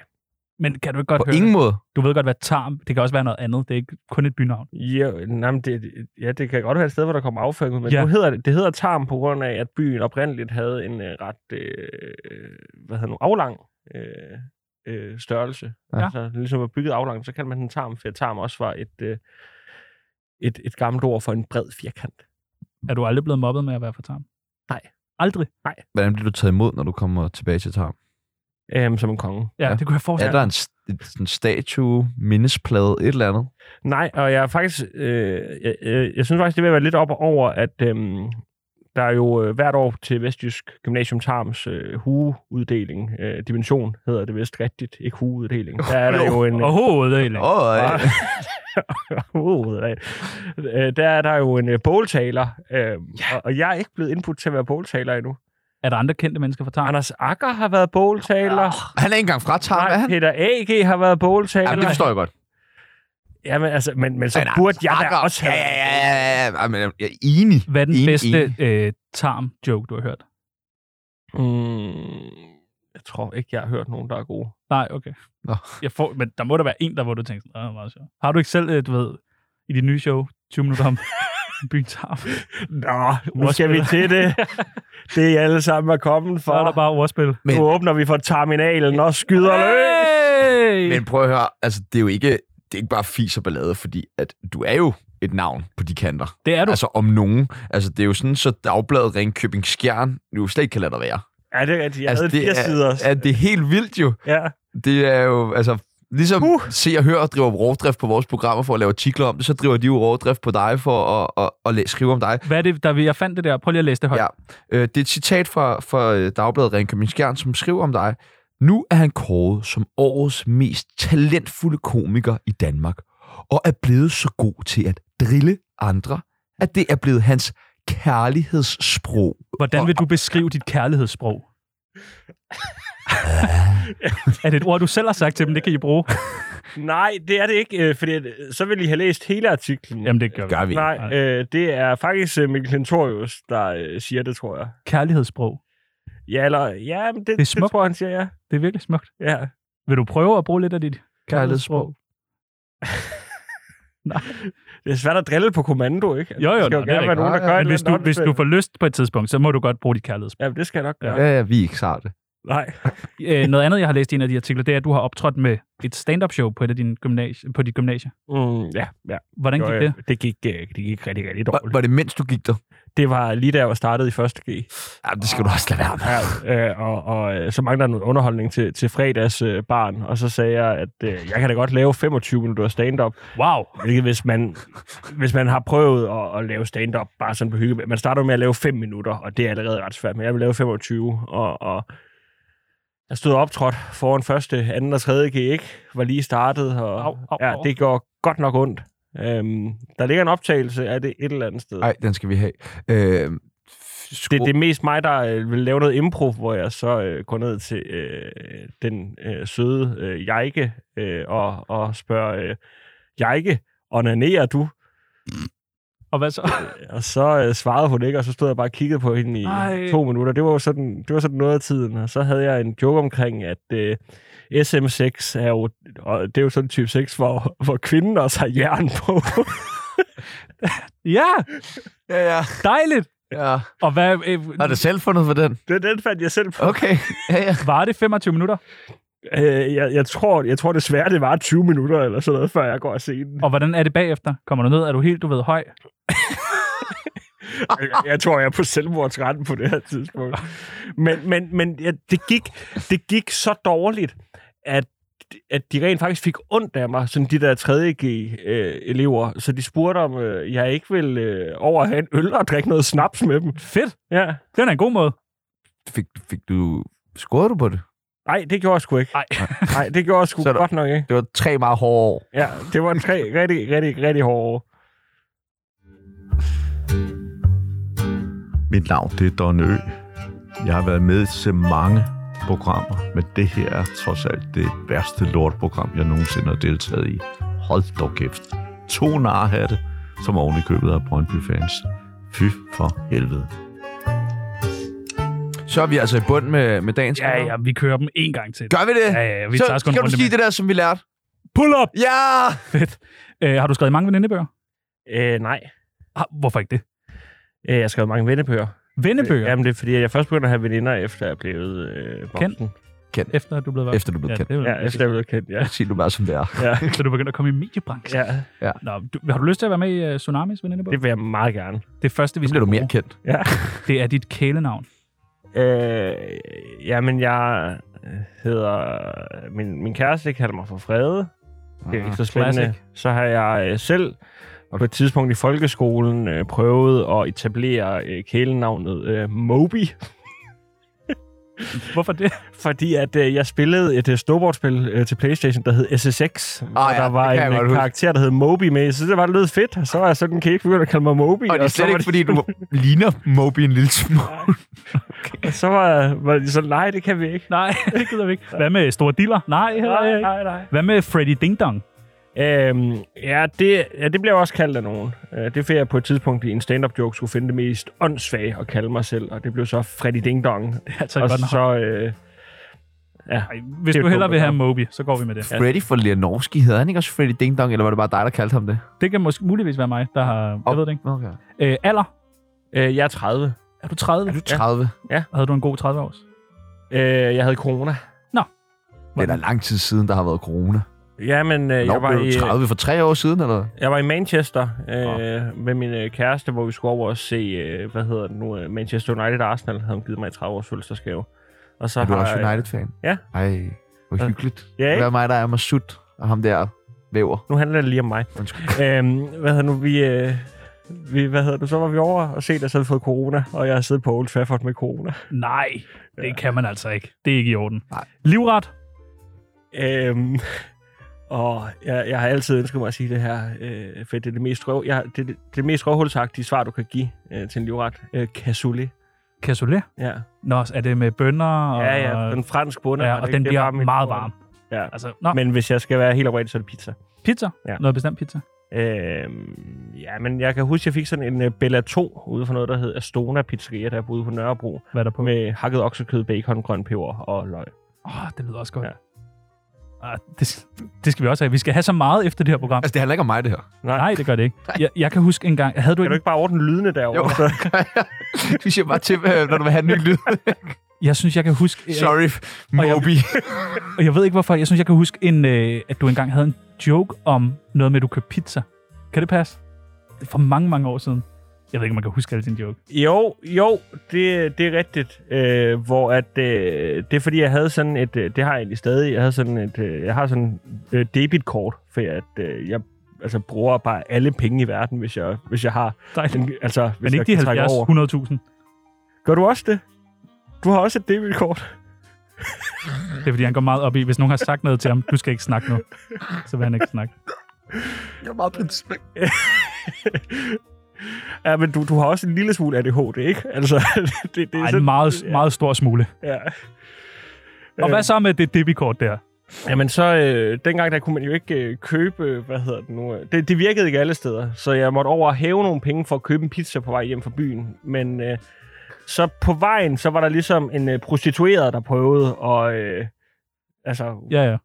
Men kan du ikke godt På høre ingen det? måde. Du ved godt, hvad tarm... Det kan også være noget andet. Det er ikke kun et bynavn. Ja, nej, men det, det- ja, det kan godt være et sted, hvor der kommer afføring ud, men Ja. ja. nu hedder det, det hedder Tarm på grund af, at byen oprindeligt havde en øh, ret øh, hvad hedder nu, aflang øh, øh, størrelse. Ja. Ja. Altså, den ligesom var bygget aflang, så kaldte man den Tarm, for Tarm også var et, øh, et, et gammelt ord for en bred firkant. Er du aldrig blevet mobbet med at være fra tarm? Nej. Aldrig? Hvordan bliver du taget imod, når du kommer tilbage til Tarm? Øhm, som en konge. Ja, Ja. ja. det kunne Er jeg forestille mig. der en, st- et- sådan en statue, mindesplade, et eller andet? Nej, og jeg er faktisk, øh, jeg, jeg, jeg synes faktisk, det vil være lidt op over, at øhm, der er jo øh, hvert år til Vestjysk Gymnasium Tarms øh, hugeuddeling, øh, dimension hedder det vist rigtigt, ikke hugeuddeling. Der er der jo en... [laughs] Overhovedet ikke. Åh, oh, Ah. Hugeuddeling. Øh, der er der jo en øh, båltaler, øh, ja. og, og jeg er ikke blevet indbudt til at være båltaler endnu. Er der andre kendte mennesker fra tarm? Anders Akker har været båltaler. [laughs] han er ikke engang fra Tarm, er Nej, han? Peter A.G. har været båltaler. Jamen, det forstår jeg godt. Ja, men, altså, men, men så Men burde jeg da Akker- også Ja, have... ja, ja, ja, ja. Jamen, Jeg er enig. Hvad er den Enig, bedste øh, tarm-joke, du har hørt? Mm, jeg tror ikke, jeg har hørt nogen, der er gode. Nej, okay. Nå. Jeg får, men der må der være en, der hvor du tænker sådan, "Ah, meget sjovt. Har du ikke selv, øh, du ved, i dit nye show, 20 minutter om [laughs] byen [laughs] tarm, Nå, nu skal vi til [laughs] det. Det er I alle sammen er kommet så for. er der bare ordspil. Men- Nu åbner vi for terminalen og skyder løs. Hey! Men prøv at høre, altså, det er jo ikke, det er ikke bare fis og ballade, fordi at du er jo et navn på de kanter. Det er du. Altså om nogen. Altså det er jo sådan, så dagbladet Ringkøbing Skjern jo slet ikke kan lade dig være. Ja, det er rigtigt. Jeg altså, havde det fire sider. er, er, det er helt vildt jo. Ja. Det er jo, altså, ligesom uh. se og høre og driver rovdrift på vores programmer for at lave artikler om det, så driver de jo rovdrift på dig for at, at, at, at læ- skrive om dig. Hvad er det, der vi, jeg fandt det der? Prøv lige at læse det højt. Ja. Øh, det er et citat fra, fra øh, Dagbladet Ringkøbing Skjern, som skriver om dig. Nu er han kåret som årets mest talentfulde komiker i Danmark, og er blevet så god til at drille andre, at det er blevet hans kærlighedssprog. Hvordan vil du beskrive dit [laughs] kærlighedssprog? er det et ord, du selv har sagt til dem, det kan I bruge? Nej, det er det ikke, øh, fordi øh, så vil I have læst hele artiklen. Jamen, det gør vi. Gør vi. Nej, Nej. øh, det er faktisk øh, Mikkel Klintorius, der øh, siger det, tror jeg. Kærlighedssprog. Ja, eller, ja men det, er det, det smukt. tror jeg, han siger, ja. Det er virkelig smukt. ja. Vil du prøve at bruge lidt af dit Kærlighedssprog. kærlighedssprog? Det er svært at drille på kommando, ikke? Jo, jo, det skal nej, jo det er gerne være rigtigt. nogen, der Nej, gør Men hvis du, hvis du får lyst på et tidspunkt, så må du godt bruge dit kærlighedsspil. Ja, det skal jeg nok gøre. Ja. Ja, ja, vi er ikke sarte. Nej. Øh, noget andet, jeg har læst i en af de artikler, det er, at du har optrådt med et stand-up show på, et af dine gymnasie, på dit gymnasie. Mm, ja, ja. Hvordan Jo, gik ja, det? Det gik, øh, det gik rigtig, rigtig Var, dårligt. var det mens du gik der? Det var lige da jeg var startet i 1.G. Ja, det skal du også lade være med. Ja, øh, og, og øh, så mangler der noget underholdning til, til fredags øh, barn, og så sagde jeg, at øh, jeg kan da godt lave 25 minutter stand-up, Wow! hvilket hvis man, hvis man har prøvet at, at lave stand-up bare sådan på hygge, man starter jo med at lave 5 minutter, og det er allerede ret svært, men jeg vil lave 25, og, og jeg stod optrådt foran første, anden og tredje G, ikke? Var lige startet, og Au, au, ja, au. det går godt nok ondt. Øhm, der ligger en optagelse af det et eller andet sted. Nej, den skal vi have. Øh, Det, det er mest mig, der øh, vil lave noget impro, hvor jeg så øh, går ned til øh, den øh, søde øh, Jejke øh, og, og spørger, øh, Jejke, onanerer du? Og hvad så? [laughs] Og så øh, svarede hun ikke, og så stod jeg bare og kiggede på hende i Ej. Ej. to minutter. Det var jo sådan, det var sådan noget af tiden. Og så havde jeg en joke omkring, at øh, SM6 er jo, og det er jo sådan en type 6, hvor, hvor kvinden også har jern på. [laughs] Ja, Ja, ja. dejligt! ja. Og hvad, øh, Har du selv fundet for den? den, den fandt jeg selv på. Okay. [laughs] Ja, ja. var det 25 minutter? Øh, jeg, jeg, tror, jeg tror desværre, det var 20 minutter eller sådan noget, før jeg går og ser den. Og hvordan er det bagefter? Kommer du ned? Er du helt, du ved, høj? jeg, jeg tror, jeg er på selvmordsretten på det her tidspunkt. Men, men, men ja, det, gik, det gik så dårligt, at, at de rent faktisk fik ondt af mig, sådan de der 3.G-elever. så de spurgte, om øh, jeg ikke ville øh, over at have en øl og drikke noget snaps med dem. Fedt! Ja. Det er da en god måde. Fik, fik du... Scorede du på det? Nej, det gjorde jeg sgu ikke. Nej. [laughs] Nej, det gjorde jeg sgu Så er der- godt nok ikke. Det var tre meget hårde år. Ja, det var en tre rigtig, rigtig, rigtig hårde år. Mit navn det er Don Ø. Jeg har været med til mange programmer, men det her er trods alt det værste lortprogram, jeg nogensinde har deltaget i. Hold dog kæft. To narhatte, som oven i købet af Brøndby-fans. Fy for helvede. Så er vi altså i bund med, med dagens Ja, vinder. ja, vi kører dem en gang til. Gør vi det? Ja, ja, ja, vi så tager sgu en skal du runde sige det der, som vi lærte. Pull up! Ja! Fedt. Øh, har du skrevet mange venindebøger? Øh, nej, Ah, hvorfor ikke det? Øh, jeg skrev mange vennebøger. Vennebøger, ja. Jamen, det er fordi, at jeg først begyndte at have veninder, efter jeg blev øh, voksen. efter du blev voksen. Efter du blev ja, kendt. det er vel- Ja, efter jeg blev kendt, ja. Sig du bare, som det er. ja. [laughs] Så du begynder at komme i mediebranchen. Ja, Nå, du, har du lyst til at være med i uh, Tsunamis venindebog? Det, det vil jeg meget gerne. det første, vi Så bliver skal du mere bruge, kendt. Ja. det er dit kælenavn. Øh, jamen, jeg øh, hedder... Min, min kæreste kalder mig for Frede. Det er ikke Ah, så spændende. classic. Så har jeg øh, selv på et tidspunkt i folkeskolen øh, prøvet at etablere øh, kælenavnet øh, Moby, Hvorfor det? [laughs] fordi at øh, jeg spillede et øh, snowboardspil øh, til Playstation, der hed SSX, ah, og ja, der det kan var jeg en godt øh, huske. karakter, der hed Moby med. Så det var det lød fedt, og så var jeg sådan, kan I ikke begynde at kalde mig Moby? Og det er så slet var ikke, fordi du ligner Moby en lille smule. Så var, var de sådan, nej, det kan vi ikke. Nej, det gider vi ikke. Hvad med Store Diller? Nej, heller Nej, ikke. nej, nej. Hvad med Freddy Ding Dong? Øhm, ja, det, ja, det bliver også kaldt af nogen. Øh, det er fordi, jeg på et tidspunkt i en stand-up joke skulle finde det mest åndssvage at kalde mig selv, og det blev så Freddy Ding Dong. Altså, og godt nok. så, øh, Ej, Hvis det er du et hellere dumt vil have Moby, så går vi med det. Freddy for Leonorski, hedder han ikke også Freddy Ding Dong, eller var det bare dig, der kaldte ham det? Det kan måske muligvis være mig, der har... Jeg Og- ved det ikke. Okay. Øh, alder? øh, jeg er 30. Er du 30? Er du 30. Havde du en god 30 års? Øh, jeg havde corona. Det er da lang tid siden, der har været corona. Ja, men øh, Nå, jeg, var blev i, du 30 for tre år siden, eller? jeg var i Manchester øh, med min øh, kæreste, hvor vi skulle over og se, øh, hvad hedder det nu, øh, Manchester United Arsenal, havde hun givet mig i 30 års fødselsdagsgave. Og så Er du har også jeg- United-fan? Ja. Ej, hvor Ja. hyggeligt. Ja, Det ikke? er mig, der er Masud, og ham der væver. Nu handler det lige om mig. Undskyld. Øhm, hvad hedder nu, vi... Øh, vi, hvad hedder det, så var vi over og set, at jeg havde fået corona, og jeg har siddet på Old Trafford med corona. Nej, det Ja. kan man altså ikke. Det er ikke i orden. Nej. Livret? Øhm, og jeg, jeg har altid ønsket mig at sige det her, øh, for det er det mest, røv, jeg, har- det, er det, det er det mest røvhulsagtige svar, du kan give øh, til en livret. Øh, cassoulet. Cassoulet? Ja. Nå, er det med bønner? Og, ja, ja, den franske bunde. ja, og den bliver meget varm. Ja. Altså, nå, Men hvis jeg skal være helt oprigtig, så er det pizza. pizza? Ja. Noget bestemt pizza? Øhm, ja, men jeg kan huske, jeg fik sådan en øh, Bella 2 ude for noget, der hed Astona Pizzeria, der boede på Nørrebro, Hvad er der på? med hakket oksekød, bacon, grøn peber og løg. Åh, oh, det lyder også godt. Ja. Ah, det, det skal vi også have. Vi skal have så meget efter det her program. Altså, det handler ikke om mig, det her. [laughs] Nej, det gør det ikke. Jeg, jeg kan huske en gang... Havde du Kan du ikke, ikke bare ordne lydene Jo. [laughs] derovre? Jo. Du siger bare til, øh, når du vil have en ny lyd. jeg synes, jeg kan huske... Jeg, Sorry, Og jeg- Moby. Og jeg ved ikke hvorfor. Jeg synes, jeg kan huske, en, øh, at du engang havde en joke om noget med, at du købte pizza. Kan det passe? Det er for mange, mange år siden. Jeg ved ikke, om man kan huske alle dine joke. Jo, jo, det, det er rigtigt. Øh, hvor at, øh, det er fordi, jeg havde sådan et, øh, det har jeg egentlig stadig, jeg, havde sådan et, øh, jeg har sådan et øh, debitkort, for at, øh, jeg altså, bruger bare alle penge i verden, hvis jeg, hvis jeg har, Dejligt. den, altså, hvis Men jeg ikke de kan trække 70, over. 100.000. Gør du også det? Du har også et debitkort. Det er, fordi han går meget op i, hvis nogen har sagt noget til ham, du skal ikke snakke nu, så vil han ikke snakke. Jeg er meget principiel. Ja, men du, du har også en lille smule ADHD, ikke? Altså, [laughs] det, det er Ej, en sådan, meget, meget stor smule. ja. Og hvad så med det debitkort der? Jamen så, øh, dengang der kunne man jo ikke øh, købe, øh, hvad hedder det nu, øh, det, det virkede ikke alle steder, så jeg måtte over og hæve nogle penge for at købe en pizza på vej hjem fra byen, men øh, så på vejen, så var der ligesom en øh, prostitueret, der prøvede at, øh, altså, ja. Ja, ja.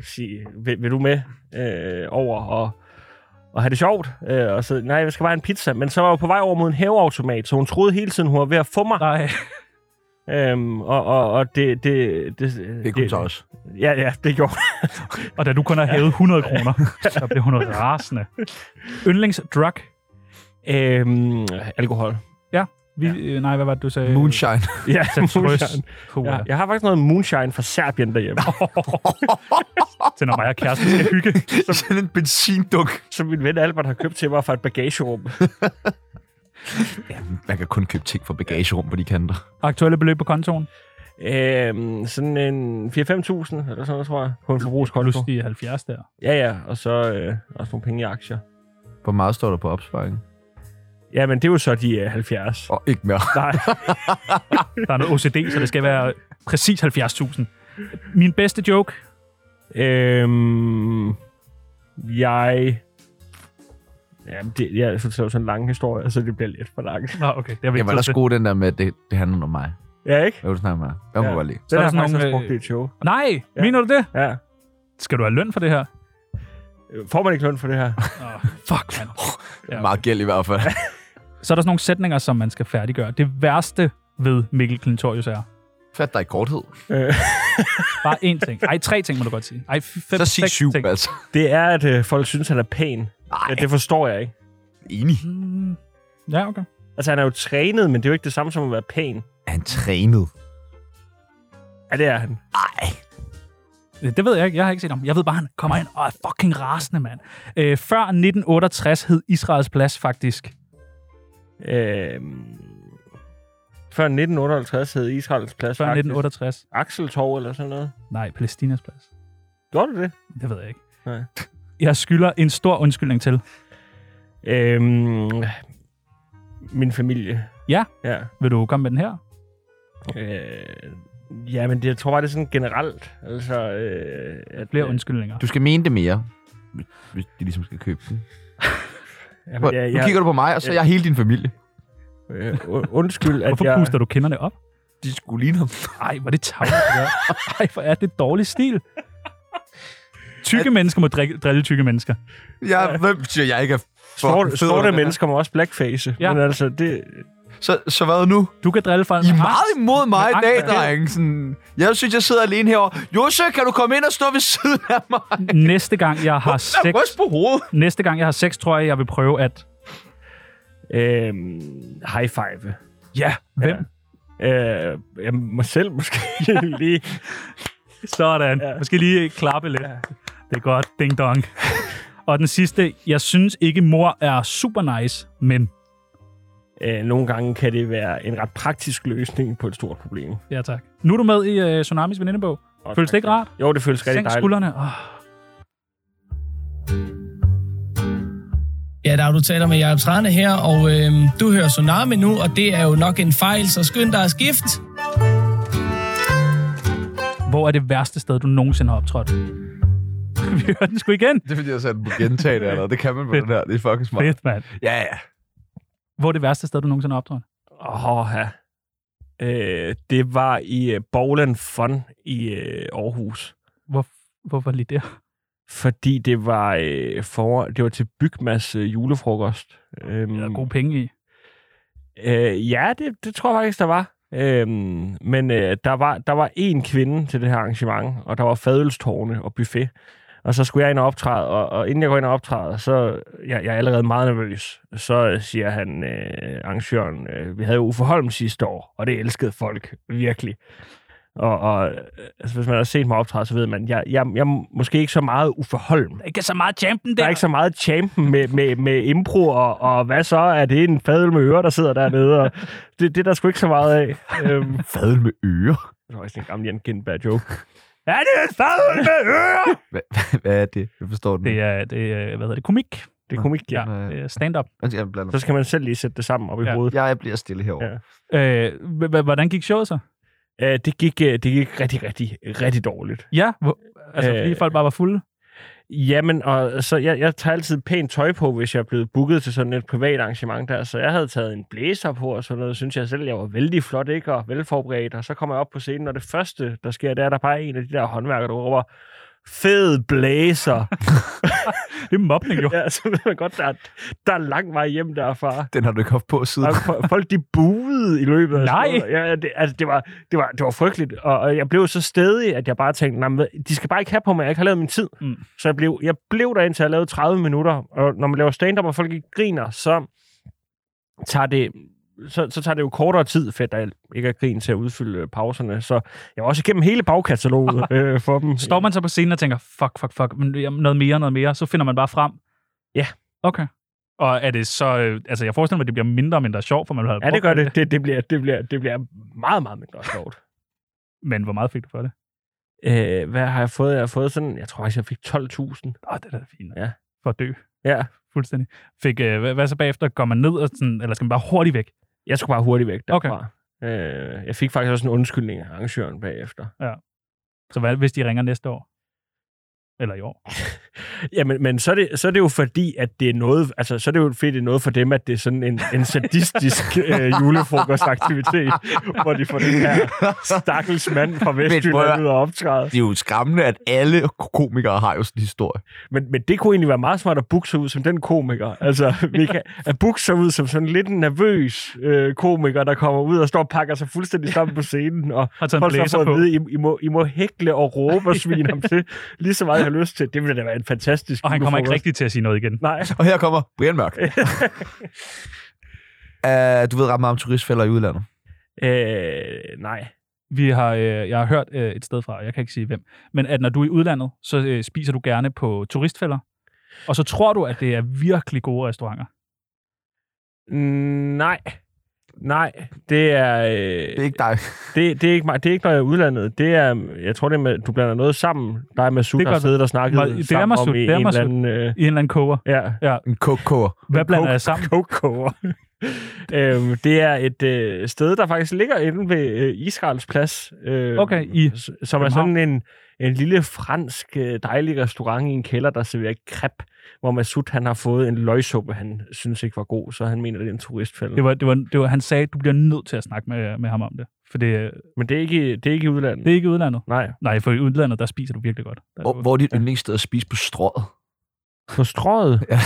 sige, vil, vil du med øh, over og, og have det sjovt? Øh, og så, nej, jeg skal bare have en pizza, men så var jeg jo på vej over mod en hæveautomat, så hun troede hele tiden, hun var ved at få mig, Nej. øhm, og, og, og det, det, det, Det kunne så også. Ja, ja, det gjorde Og da du kun har hævet 100 kroner, så blev hun rasende. Yndlingsdrug. øhm, alkohol. Vi, øh, nej, hvad var det, du sagde? Moonshine. [laughs] Ja, Satrøs. moonshine. Ja, Ja, jeg har faktisk noget moonshine fra Serbien derhjemme, [laughs] Til når mig og kæresten skal hygge. Sådan en benzinduk. som min ven Albert har købt til mig fra et bagagerum. Man kan kun købe ting fra bagagerum på de kanter. Aktuelle beløb på kontoen? Øhm, sådan en 4-5.000 eller sådan noget, tror jeg, på en forbrugskonto. Plus de 70 der. Ja, ja, og så øh, også nogle penge i aktier. Hvor meget står der på opsparingen? Ja, men det er jo så de øh, 70. Og ikke mere. Nej, [laughs] Der er noget OCD, så det skal være præcis 70.000. Min bedste joke, øhm, jeg... Jamen, det, jeg synes, det er jo sådan en lang historie, så det bliver lidt for langt. Nå, okay. Det har vi Jeg ikke var tid ellers til. god den der med, at det, det handler om mig. Ja, ikke? Hvad vil du snakke om mig? Hvad må Ja. ja. lige? Så er der der er sådan faktisk nogle, også brugt øh, det i et show. Nej, Ja. mener du det? Ja. Skal du have løn for det her? Øh, Får man ikke løn for det her? Oh, Fuck, man. Ja. Ja. Meget gæld i hvert [laughs] fald. Så er der sådan nogle sætninger, som man skal færdiggøre. Det værste ved Mikkel Klintorius er. Fat dig i korthed. Øh, Bare én ting. Ej, tre ting må du godt sige. Ej, fem, Så sig seks syv, ting. altså. det er, at øh, folk synes, han er pæn. Ja, Nej, det forstår jeg ikke. enig. Mm, Ja, okay. Altså, han er jo trænet, men det er jo ikke det samme som at være pæn. Er han trænet? Ja, det er han. Øh, Det ved jeg ikke. Jeg har ikke set ham. Jeg ved bare, han kommer ind og er fucking rasende, mand. Øh, før 1968 hed Israels plads faktisk. Øhm, før 1958 hed Israels plads Før faktisk 1968. Axeltorv eller sådan noget. Nej, Palæstinas plads. Gjorde du det? Det ved jeg ikke. Nej. [laughs] Jeg skylder en stor undskyldning til. Øhm, min familie. Ja. Ja. Vil du komme med den her? Øh, ja, men det, jeg tror bare, det er sådan generelt. Altså, øh, at, Flere undskyldninger. Du skal mene det mere, hvis- hvis de ligesom skal købe den. Jamen, Prøv, jeg, nu jeg, kigger du på mig, og så er jeg hele din familie. øh, u- undskyld, at Hvorfor jeg... puster du kinderne op? De skulle ligne ham. Ej, hvor er det tavligt. Ja. Ej, hvor er det dårlig stil. Tykke mennesker må drikke, drille tykke mennesker. Ja, hvem siger, jeg ikke er Sorte, fucking fed under sorte den her? mennesker må også blackface. Ja. Ja. Men altså, det... Så, så hvad nu? Du kan drille folk. I er meget imod mig i Med dag, angst, ja. drenge. Sådan, jeg synes, jeg sidder alene herovre. Josse, kan du komme ind og stå ved siden af mig? Ah, Næste gang, jeg har Jeg sex, ryst på hovedet. næste gang, jeg har sex, tror jeg, jeg vil prøve at... Øhm, high five. Ja, hvem? Øh, jeg mig selv [laughs] måske lige. Sådan. Ja. Måske lige klappe lidt. Det er godt. Ding dong. [laughs] Og den sidste. Jeg synes ikke, mor er super nice, men... Øh, nogle gange kan det være en ret praktisk løsning på et stort problem. Ja, tak. Nu er du med i øh, Tsunamis venindebog. Og Føles det ikke rart? Jo, det føles rigtig Sænk dejligt. skuldrene. Oh. Ja, der er du taler med Jacob Trane her, og øhm, du hører Tsunami nu, og det er jo nok en fejl, så skynd dig at skifte. Hvor er det værste sted, du nogensinde har optrådt? [laughs] Vi hører den sgu igen. Det er fordi, jeg satte på gentage det allerede. Det kan man på Fedt. den her. Det er fucking smart. Fedt, mand. Ja, ja. Hvor er det værste sted, du nogensinde har optrådt? Åh, ja. Øh, det var i uh, Bowland Fun i uh, Aarhus. Hvor, Hvorfor lige der? fordi det var, øh, for, det var til Bygmas øh, julefrokost. Øhm, Der er gode penge i. Øh, ja, det, det tror jeg faktisk, der var. Øhm, men øh, der var der var en kvinde til det her arrangement, og der var fadølstårne og buffet. Og så skulle jeg ind og optræde, og, og inden jeg går ind og optræder, så jeg, jeg er allerede meget nervøs. Så øh, siger han, øh, arrangøren, øh, vi havde jo Uffe Holm sidste år, og det elskede folk virkelig. Og, og øh, altså, hvis man har set mig optræde, så ved man, jeg, jeg, jeg er måske ikke så meget Uffe Holm. Ikke så meget champen Der er ikke så meget champen med, med, med impro, og, og hvad så? Er det en fadøl med ører, der sidder dernede? Og [laughs] det, det er der sgu ikke så meget af. Øhm, [laughs] Fadel med ører. det var faktisk en gammel Jan Gindberg joke. Er det en fadøl med ører? [laughs] Hvad er det? Jeg forstår den. Det er, det er, øh, hvad hedder det, komik. Det er komik, ja. Ja, det er stand-up. Undskyld, Jeg, blander Så skal man selv lige sætte det sammen op i Ja. hovedet. mig. jeg, jeg bliver stille herovre. Ja. Øh, h- h- hvordan gik showet så? Øh, det, gik, øh, det gik rigtig, rigtig, rigtig dårligt. Ja, hvor, altså Øh, fordi folk bare var fulde. Jamen, og så jeg, jeg tager altid pænt tøj på, hvis jeg er blevet booket til sådan et privat arrangement der. Så jeg havde taget en blæser på og sådan noget. Synes jeg selv, jeg var vældig flot, ikke? Og velforberedt. Og så kommer jeg op på scenen, og det første, der sker, det er, at der bare er en af de der håndværkere, der råber, fed blæser. Det er mobning jo. ja, så ved man godt, der er, der er lang vej hjem derfra. Den har du ikke haft på siden. Og fo- folk, de buede i løbet af Nej. sådan noget. Ja, det, altså, det, var, det, var, det var frygteligt, og, og jeg blev så stedig, at jeg bare tænkte, "Nå, men hvad- de skal bare ikke have på mig, jeg ikke har lavet min tid. Mm. Så jeg blev, jeg blev der indtil jeg lavede 30 minutter, og når man laver stand-up, og folk ikke griner, så tager det, så, så tager det jo kortere tid, for der ikke er grin til at udfylde øh, pauserne. Så jeg var også igennem hele bagkataloget [laughs] øh, for dem. Står man så på scenen og tænker, fuck, fuck, fuck, men jamen, noget mere, noget mere, så finder man bare frem? Ja. Okay. Og er det så, øh, altså jeg forestiller mig, at det bliver mindre og mindre sjovt, for man har Ja, det gør det. Det, det, bliver, det, bliver, det bliver meget, meget mindre sjovt. [laughs] Men hvor meget fik du for det? Øh, hvad har jeg fået? Jeg har fået sådan, jeg tror faktisk, jeg fik 12.000. Åh, det er da fint. Ja. For at dø. Ja. Fuldstændig. Fik, øh, hvad, hvad så bagefter? Går man ned, og sådan, eller skal man bare hurtigt væk? Jeg skulle bare hurtigt væk Okay. derfra. Okay. Øh, jeg fik faktisk også en undskyldning af arrangøren bagefter. Så hvad, hvis de ringer næste år? Eller i år? Jamen, men så er, det, så er det jo fordi, at det er noget, altså, så er det jo fordi, det er noget for dem, at det er sådan en, en [laughs] sadistisk øh, julefrokostaktivitet, hvor de får den her stakkels mand fra Vestjylland prøv- ud og optræde. [laughs] Det er jo skræmmende, at alle komikere har jo sådan en historie. Men, men det kunne egentlig være meget smart at booke sig ud som den komiker. Altså, vi kan, at booke sig ud som sådan lidt en nervøs øh, komiker, der kommer ud og står og pakker sig fuldstændig sammen på scenen, og Har taget en Hold så blæser for på? at vide, I, I, må, I må hækle og råbe og svine [laughs] ham til, lige så meget jeg har lyst til. Det ville da være en fantastisk Og han kommer ikke julefrokost. rigtig til at sige noget igen. Nej. Og her kommer Brian Mørk. uh, du ved ret meget om turistfælder i udlandet. Øh, nej. Vi har, øh, jeg har hørt øh, et sted fra, og jeg kan ikke sige hvem, men at når du er i udlandet, så øh, spiser du gerne på turistfælder, og så tror du, at det er virkelig gode restauranter. Mm, Nej. Nej, det er, øh, Det er ikke dig. det, det, er ikke mig. Det er ikke, når jeg er i udlandet. Det er, jeg tror, det er med, du blander noget sammen. Der er Masud, Det der gør har du. siddet og snakket Nej, det er sammen Masud, om i det er en Masud. eller anden... Øh, I en eller anden koger. ja, En kokkoer. Hvad En blander coke- jeg sammen? Coco. øhm, det er et øh, sted, der faktisk ligger inde ved øh, Israels plads. Øh, Okay, i s- Som er sådan en, en lille fransk øh, dejlig restaurant i en kælder, der serverer crepe, hvor Masud han har fået en løgsuppe, han synes ikke var god, så han mener, det er en turistfælde. Det var, det var, det var, han sagde, at du bliver nødt til at snakke med, med ham om det. For det, øh, Men det er ikke, i- det er ikke i udlandet. det er ikke i udlandet. Nej, Nej, for i udlandet, der spiser du virkelig godt. Der, Hvor, hvor er dit yndlingssted at spise på strået? på strået. [laughs]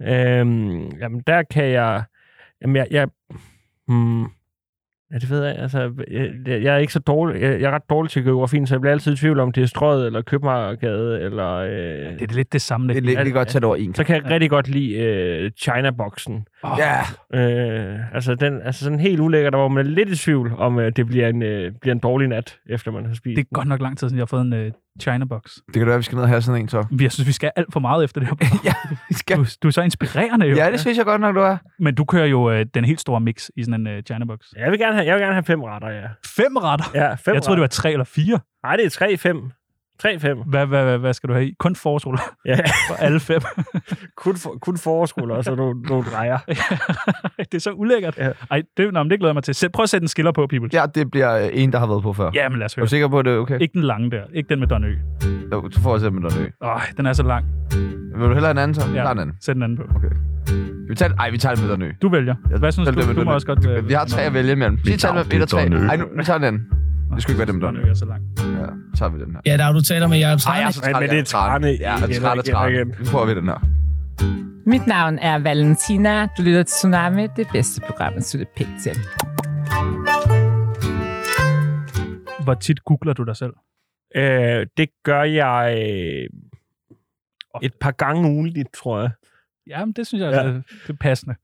Ja. Øhm, jamen, der kan jeg... Jamen, jeg... jeg hmm, ja, det ved jeg. Altså, jeg, jeg er ikke så dårlig... Jeg, jeg er ret dårlig til geografien, så jeg bliver altid i tvivl om, det er strøget eller Købmagergade, eller... Øh, det er lidt det samme. Altså, Det lidt. er lidt det er godt tage det over en. så kan jeg rigtig godt lide øh, China-boksen. Åh, Ja, Øh, altså, den, altså sådan helt ulækker, der hvor man er lidt i tvivl om, øh, det bliver en, øh, bliver en dårlig nat, efter man har spist. Det er godt nok lang tid siden, jeg har fået en uh, China-box. det kan da være, vi skal ned og have sådan en så. [laughs] Jeg synes, vi skal alt for meget efter det her. Skal... Du, du er så inspirerende jo. Ja, det synes jeg godt nok, du er. Men du kører jo øh, den helt store mix i sådan en øh, China-box. Jeg vil, gerne have, jeg vil gerne have fem retter, ja. Fem retter? Ja, fem Jeg troede, det retter. var tre eller fire. Nej, det er tre, fem. Tre, fem. Hvad, hvad, hvad, hvad skal du have i? Kun forårsruller Ja. [laughs] for alle fem. [laughs] kun, for, kun forårsruller og så nogle, nogle rejer. det er så ulækkert. Ja. Ej, det, nå, men det glæder jeg mig til. Sæt, prøv at sætte en skiller på, people. Ja, det bliver øh, en, der har været på før. Jamen, lad os Er høre. du sikker på, at det er okay? Ikke den lange der. Ikke den med Don Ø. Jo, Så får jeg simpelthen noget ø. Åh, den er så lang. Vil du hellere en anden så? Ja. Ja. en anden. Sæt den anden på. Skal Vi tager, ej, vi tager det med Don Ø. Du vælger. Hvad synes Selv det du? med Du Don må Ø. også godt... øh, Vi har tre at vælge imellem. Vi Mit tager navn, med et det og er tre. Don Ø. Ej, nu, vi tager den. anden. Det skulle ikke være dem, der er Nu nu. er jeg så langt. Ja, så tager vi den her. Ja, der er du taler med Jacob Trane. så men- men af det er Trane Ja, jeg er igen træt af og igen og Trane. igen. Nu prøver vi den her. Mit navn er Valentina. Du lytter til Tsunami, det bedste program, man slutter pænt til. Hvor tit googler du dig selv? Øh, det gør jeg øh, et par gange ugenligt, tror jeg. Jamen, det synes jeg, Ja. ja. det, det er passende.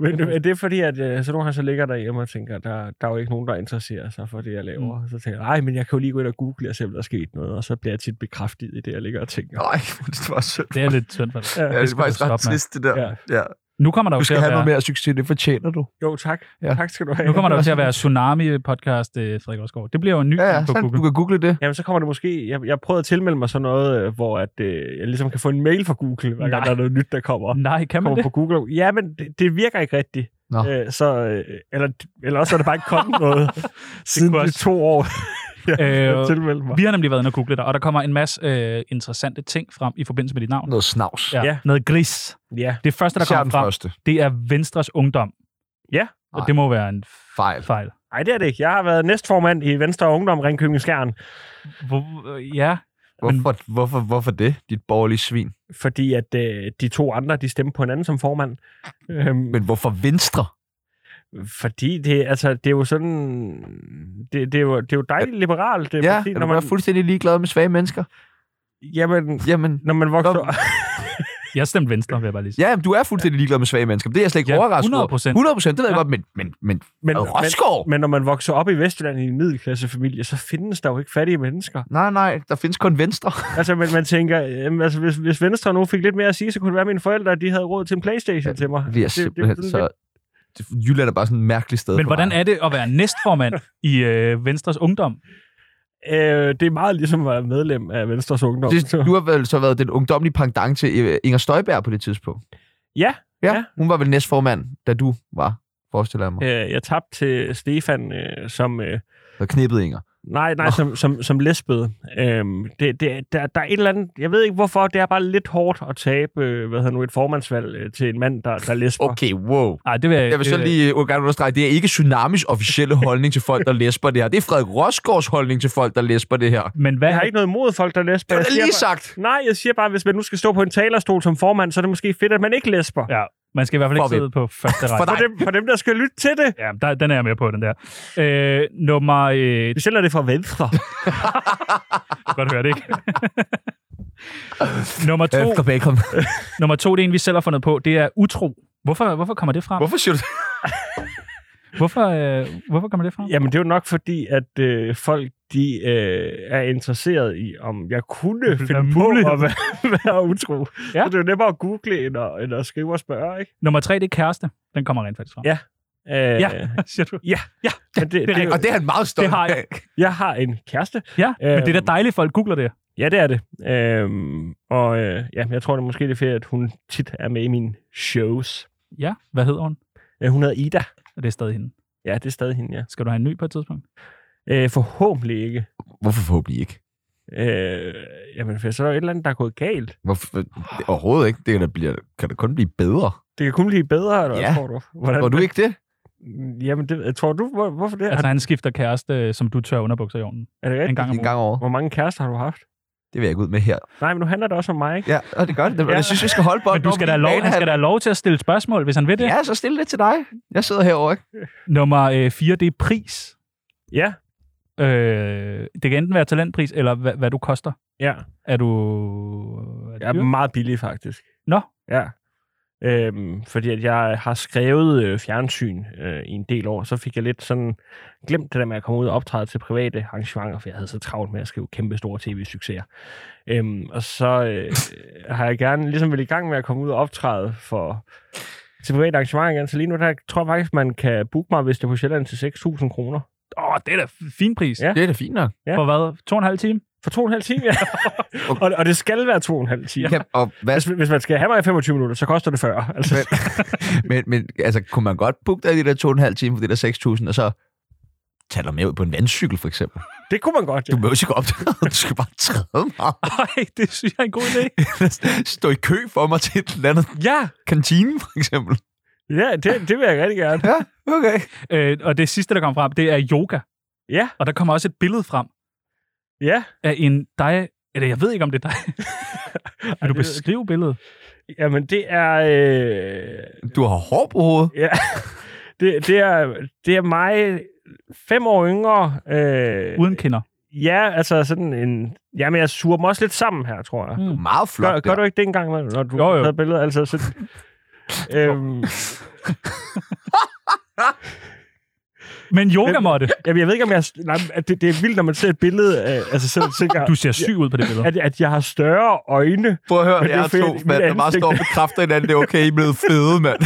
Men det- er det fordi, at øh, så nogle gange så ligger der hjemme og tænker, der, der er jo ikke nogen, der interesserer sig for det, jeg laver. Mm. Så tænker jeg, nej, men jeg kan jo lige gå ind og google og se, om der er sket noget. Og så bliver jeg tit bekræftet i det, jeg ligger og tænker. Nej, [laughs] det var sødt. Det er lidt synd for dig. Ja, Ja, det er skulle faktisk du ret stoppe med. trist, det der. Ja. Ja. Nu kommer der jo Du til skal at have noget være, mere succes, det fortjener du. Jo, tak. Ja. Ja. Tak skal du have. nu kommer [laughs] der jo til at være Tsunami-podcast, øh, Frederik Osgaard. Det bliver jo en ny Ja, ja, ting på sådan, [laughs] Google. du kan google det. Jamen, så kommer det måske... Jeg, jeg prøvede at tilmelde mig sådan noget, øh, hvor at, øh, jeg ligesom kan få en mail fra Google, hver Nej. gang der er noget nyt, der kommer. Nej, kan man kommer det? på Google. Ja, men det, det virker ikke rigtigt. Nå. Øh, så, øh, eller, eller også er der bare ikke kommet noget siden kunne de også- to år, jeg [laughs] Øh, øh, tilmeldte mig. Vi har nemlig været inde og google dig, og der kommer en masse øh, interessante ting frem i forbindelse med dit navn. Noget snavs. Ja. Ja. Noget gris. Ja, Det første, der Især kommer den frem, første. det er Venstres Ungdom. Ja. Og det må være en Fejl. fejl. nej, det er det ikke. Jeg har været næstformand i Venstre Ungdom Ringkøbing Skjern, Hvor, øh, ja, Hvorfor, hvorfor, hvorfor det, dit borgerlige svin? fordi at øh, de to andre, de stemte på hinanden som formand. Øhm, Men hvorfor venstre? fordi det, altså, det er jo sådan... Det, det, er, jo, det er jo dejligt liberalt. Det, Ja, fordi, er når du man, bare fuldstændig ligeglad med svage mennesker? jamen, Jamen, når man vokser... Nå, jeg stemte Venstre, vil jeg bare lige sige. ja, jamen, du er fuldstændig ligeglad med svage mennesker. Det er jeg slet ikke Ja, overrasket over. 100%. 100 procent. Det ved jeg Ja. godt, men, men, men, men [laughs] Men, Roskov? men, men når man vokser op i Vestjylland i en middelklassefamilie, så findes der jo ikke fattige mennesker. Nej, nej, der findes kun venstre. Altså, men man tænker, jamen, altså, hvis, hvis Venstre nu fik lidt mere at sige, så kunne det være, at mine forældre de havde råd til en Playstation Ja, ja, til mig. Det bliver simpelthen sådan så... lidt- det- Jylland er bare sådan et mærkeligt sted Men for mig. hvordan er det at være næstformand i øh, Venstres Ungdom? Øh, det er meget ligesom at være medlem af Venstres Ungdom. Det, du har vel så været den ungdomlige pendant til øh, Inger Støjberg på det tidspunkt. Ja, ja. ja. Hun var vel næstformand, da du var, forestiller jeg mig. Ja. Øh, jeg tabte til Stefan, øh, som... Øh, Der knippede Inger. nej, nej, som, som, som lesbede. Øhm, det, det, er- der, der er et eller andet... Jeg ved ikke, hvorfor. Det er bare lidt hårdt at tabe øh, hvad hedder nu, et formandsvalg øh, til en mand, der, der er lesber. Okay, wow. Nej, det vil jeg, Jeg vil så øh, lige øh, gerne understrege, det er ikke Tsunamis officielle holdning til folk, der læsper det her. Det er Frederik Rosgaards holdning til folk, der læsper det her. øh, Men hvad Jeg har ikke noget imod folk, der er lesber. Det var Jeg da siger lige bare- sagt. Nej, jeg siger bare, at hvis man nu skal stå på en talerstol som formand, så er det måske fedt, at man ikke lesber. Ja, man skal i hvert fald For ikke hvem? sidde på første For række. dig. For dem, for dem, der skal lytte til det. Ja, der, den er jeg med på, den der. Øh, nummer... Øh, det Specielt er det fra Venstre. kan godt høre det, ikke? nummer, Efter to, bacon. nummer to, det er en, vi selv har fundet på, det er utro. Hvorfor, hvorfor kommer det frem? Hvorfor siger du det? Hvorfor, øh, hvorfor kommer det frem? [laughs] Jamen, det er jo nok fordi, at øh, folk de øh, er interesseret i, om jeg kunne ville finde være på muligt. at være, [laughs] være utro. Ja. Ja. Så det er jo nemmere at google, end at, end at skrive og spørge, ikke? Nummer tre, det er kæreste. Den kommer rent faktisk frem. Ja. Øh, Ja, [laughs] siger du. men det, det, rigtigt. det, Og det er han meget stolt Det har jeg. af. jeg har en kæreste. Ja, Øhm. men det er da dejligt, folk googler det. Ja, det er det. Øh, og øh, ja, jeg tror, det er måske det er fedt, at hun tit er med i mine shows. Ja, hvad hedder hun? Øh, hun hedder Ida. Og det er stadig hende. Ja, det er stadig hende, ja. Skal du have en ny på et tidspunkt? Øh, forhåbentlig ikke. Hvorfor forhåbentlig ikke? Øh, jamen, for så er der jo et eller andet, der er gået galt. Hvorfor? Det, overhovedet ikke. Det kan da, bliver, kan da kun blive bedre. Det kan kun blive bedre, eller Ja. ja. tror du? Hvordan, Var du ikke det? Jamen, det, tror du, hvor, hvorfor det? Altså, Altså, han skifter kæreste, øh, som du tør underbukser i ovnen. er det En rigtigt? gang om En ugen. gang over. Hvor mange kærester har du haft? Det vil jeg ikke ud med her. Nej, men nu handler det også om mig, ikke? Ja, og det gør det. Men Ja. Jeg synes, vi skal holde Men bolden. du skal da have lov, han skal da have lov til at stille spørgsmål, hvis han vil det. Ja, så stille det til dig. Jeg sidder herovre, ikke? Nummer øh, fire, det er pris. Ja, Øh, det kan enten være talentpris, eller hvad, hvad du koster. ja. Er du... Er Jeg du er dyr? meget billig, faktisk. Nå. Ja. Øhm, fordi at jeg har skrevet øh, fjernsyn øh, i en del år, så fik jeg lidt sådan glemt det der med at komme ud og optræde til private arrangementer, for jeg havde så travlt med at skrive kæmpe store tv-succeser. Øhm, og så øh, har jeg gerne ligesom ville i gang med at komme ud og optræde for til private arrangementer igen, så lige nu der tror jeg faktisk, man kan booke mig, hvis det er på Sjælland, til 6.000 kroner. Åh, det er da fin pris. Ja. Det er da fint nok. Ja. For hvad? To og en halv [laughs] time? For to og en halv time, ja. og, og det skal være to og en halv time. Kan, og hvad, Altså, hvis man skal have mig i 25 minutter, så koster det 40. Altså, Men- men, men altså, kunne man godt booke dig de der to og en halv time for det der 6.000, og så tage dig med ud på en vandcykel, for eksempel. det kunne man godt, ja. Du må jo ikke gå op der, [laughs] du skal bare træde mig. Nej, det synes jeg er en god idé. Stå i kø for mig til et eller andet Ja, kantine, for eksempel. ja det, det vil jeg rigtig gerne. Okay. øh, og det sidste, der kom frem, det er yoga. Ja, Og der kommer også et billede frem ja. af en dig, eller jeg ved ikke, om det er [laughs] dig. Vil du det- beskrive billedet? Jamen, det er... Øh, Du har hår på hovedet. ja. det, det, er, det er mig fem år yngre. Øh, Uden kinder. Ja, altså sådan en... Jamen, jeg suger dem også lidt sammen her, tror jeg. Mm. Meget flot Gør, gør der. du ikke det engang, Malte, når du Jo, jo, jo. jo. taget billedet? Altså, så, øhm, Men yoga måtte. jamen, jeg ved ikke, om jeg... Nej, men at det, det er vildt, når man ser et billede af... Altså, selv tænker, Du ser syg ud på det billede. at, at jeg har større øjne. Prøv at høre, Men det jeg er er fedt, to mit mand, der bare ansigt- står og bekræfter hinanden. Det er okay, I er blevet fede, mand.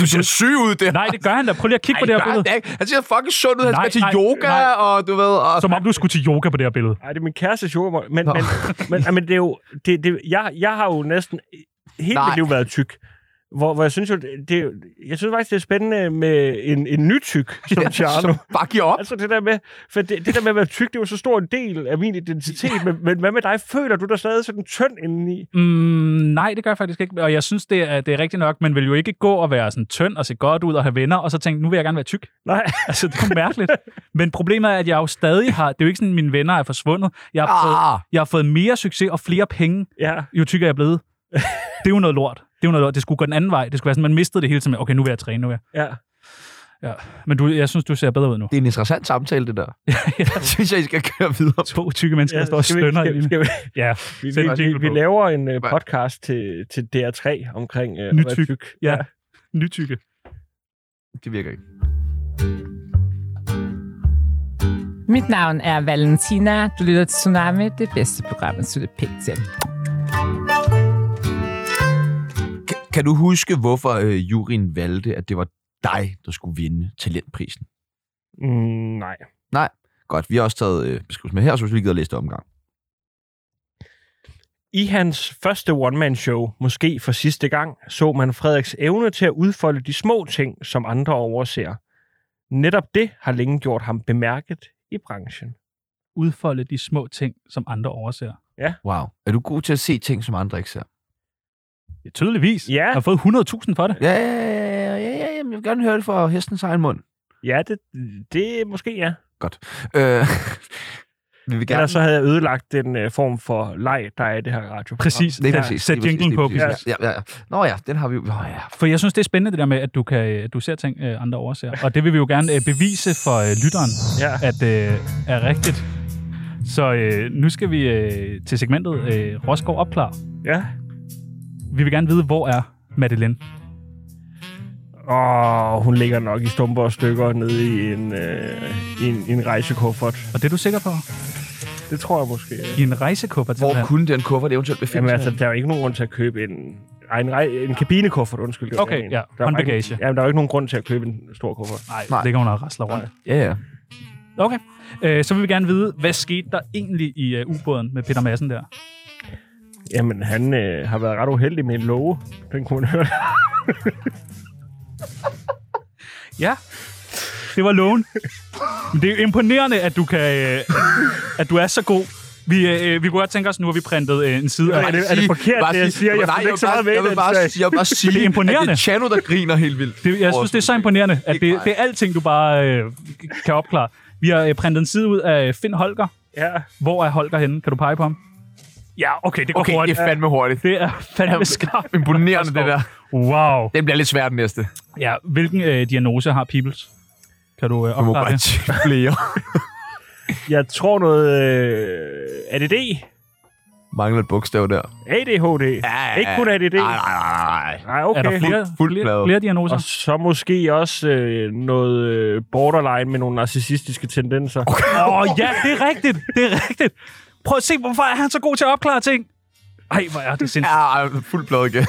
Du ser syg ud, det Nej, det gør han da. Prøv lige at kigge på Ej, det her gør billede. han ikke. Han ser fucking sund ud. Han Nej, skal til nej, yoga, nej. og du ved... Og... Som om du skulle til yoga på det her billede. Ej, det er min kæreste sjov. Men, men, Nå. men, men, men det er jo... Det, det, jeg, jeg har jo næsten hele Nej. mit liv været tyk. Hvor, hvor jeg synes jo, det, det, jeg synes faktisk, det er spændende med en, en ny tyk, som Ja, Charlo. så bare giv op. Altså det der med, for det, det der med at være tyk, det er jo så stor en del af min identitet, men, men hvad med dig? Føler du dig stadig sådan tynd indeni? Mm, nej, det gør jeg faktisk ikke. Og jeg synes, det er, det er rigtigt nok. Man vil jo ikke gå og være sådan tynd og se godt ud og have venner, og så tænke, nu vil jeg gerne være tyk. [laughs] Nej, [laughs] Altså, det er jo mærkeligt. Men problemet er, at jeg jo stadig har... Det er jo ikke sådan, at mine venner er forsvundet. Jeg har, fået, Ah, jeg har fået mere succes og flere penge, ja. jo tykkere jeg er [laughs] blevet. Det er jo noget lort. Det er jo noget lort. Det skulle gå den anden vej. Det skulle være sådan, man mistede det hele tiden. Okay, nu vil jeg træne, nu vil jeg. ja. Men du, jeg synes, du ser bedre ud nu. det er en interessant samtale, [laughs] det der. Jeg synes, jeg I skal køre videre. To tykke mennesker, ja der står og skal vi- stønner i skal, lige nu. skal vi, Ja, vi, Sæt en vi, jingle vi, vi på. laver en uh, Hvad? podcast til, til DR3 omkring uh, Ny at være tyk. tyk. ja. Nytykke. Det virker ikke. Mit navn er Valentina. Du lytter til Tsunami, det bedste program, at slutte pænt til. Kan, kan du huske, hvorfor øh, juryen valgte, at det var dig, der skulle vinde talentprisen? Mm, nej. Godt, vi har også taget øh, beskrivelsen med her, så hvis vi lige gider læse det omgang. I hans første one-man-show, måske for sidste gang, så man Frederiks evne til at udfolde de små ting, som andre overser. Netop det har længe gjort ham bemærket i branchen. Udfolde de små ting, som andre overser. Wow. Er du god til at se ting, som andre ikke ser? Ja, tydeligvis. Ja. Jeg har fået 100.000 for det. Ja, ja, ja, ja, ja, ja, jeg vil gerne høre det fra hestens egen [laughs] mund. Ja, det, det måske ja. Øh, vi vil Ja. gerne... Ellers så havde jeg ødelagt den øh, form for leg, der er i det her radio. Præcis. Lige Ja, præcis, Sæt lige præcis, jinglen lige på. præcis. Ja, ja, ja. Nå ja, den har vi jo... Nå ja, For jeg synes, det er spændende det der med, at du, kan, øh, du ser ting, øh, andre overser. Og det vil vi jo gerne øh, bevise for øh, lytteren, Ja. at øh, er rigtigt. Så øh, nu skal vi øh, til segmentet øh, Roskov opklar. Ja. Vi vil gerne vide, hvor er Madeline? Og hun ligger nok i stumper og stykker nede i en, øh, i en, i en rejsekuffert. Og det er du sikker på? Det tror jeg måske. ja. I en rejsekuffert, Hvor simpelthen. kunne den kuffert eventuelt befinde Jamen sig? altså, der er jo ikke nogen grund til at købe en... Ej, en, rej- en kabinekuffert, undskyld. det var Okay, det, jeg mente. Der ja. er jo Håndbagage. ikke- Jamen, der er jo ikke nogen grund til at købe en stor kuffert. Nej, Nej. det ligger hun og rasler rundt. Ja, ja. Okay. Øh, så vil vi gerne vide, hvad skete der egentlig i øh, ubåden med Peter Madsen der? Jamen, han øh, har været ret uheldig med en låge. Den kunne man [laughs] høre. Ja, det var lågen. Men det er jo imponerende, at du, kan, øh, at du er så god. Vi, øh, vi kunne godt tænke os, nu har vi printet øh, en side af... Er det- er det forkert, det jeg siger? Jeg fik vil ikke så bare- meget med i jeg vil den bare, sag. Jeg vil bare sige, det at er det imponerende. er Chano, der griner helt vildt. Det, jeg synes, det er så imponerende, at det, det er alting, du bare øh, kan opklare. Vi har øh, printet en side ud af Finn Holger. Ja. Hvor er Holger henne? Kan du pege på ham? Ja, okay, det går Okay, det hurtigt. er fandme hurtigt. Det er fandme skarpt. Imponerende, det der. Wow. Den bliver lidt svær den næste. Ja, hvilken øh, diagnose har Peoples? Kan du øh, Du må opklare bare [laughs] det? tjekke flere. Jeg tror noget... Øh, ADD? Mangler et bogstav der. ADHD? Ikke kun ADD? Nej, nej, nej, nej. Nej, okay. Er der flere, Fuld- fuld plade. flere, flere diagnoser? Og så måske også øh, noget øh, borderline med nogle narcissistiske tendenser. Okay. Åh, oh, ja, det er rigtigt. Det er rigtigt. Prøv at se, hvorfor er han så god til at opklare ting? Ej, hvor er det sindssygt. Ja, ej, fuld plade igen.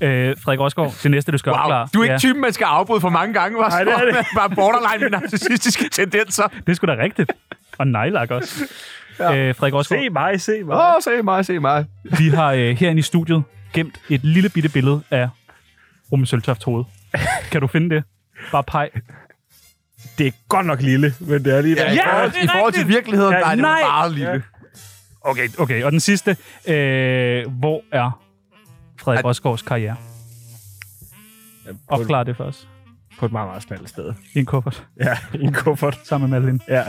Øh, Frederik Rosgaard, det næste, du skal Wow. opklare. Du er ikke typen, man skal afbryde for mange gange, var Nej, det er det. [laughs] Bare borderline med narcissistiske tendenser. Det er sgu da rigtigt. Og nejlak også. Ja. Øh, Frederik Rosgaard, Se mig, se mig. Åh, oh, se mig, se mig. vi har øh, herinde i studiet gemt et lille bitte billede af Rumme Søltofts hoved. Kan du finde det? Bare peg. Det er godt nok lille, men det er lige der. i, forhold, det er I forhold til virkeligheden, Ja, nej, det nej. er meget lille. Okay, okay. Og den sidste. Øh, hvor er Frederik Rosgaards karriere? Opklar det for os. på et meget, meget smalt sted. i en kuffert Ja, i en kuffert. sammen med Madeline. Ja.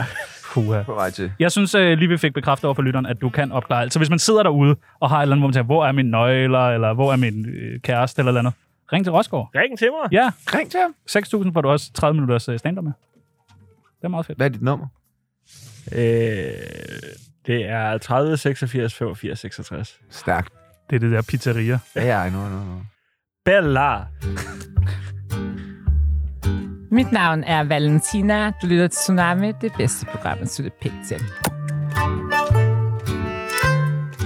Puha. På vej til. Jeg synes øh, lige, vi fik bekræftet over for lytteren, at du kan opklare alt. Så hvis man sidder derude og har et eller andet, hvor man tænker, hvor er mine nøgler, eller hvor er min øh, kæreste, eller et eller andet, ring til Rosgaard. Ring til mig. Ja, Ring til ham. 6.000 får du også 30 minutters øh, stand-up med. Det er meget fedt. Hvad er dit nummer? Øh, det er 30, 86, 85, 66. Stærkt. Det er det der pizzeria. Ja, ja, I know, I know, I know. Bella. Mit navn er Valentina. Du lytter til Tsunami, det bedste program, man slutter pænt til.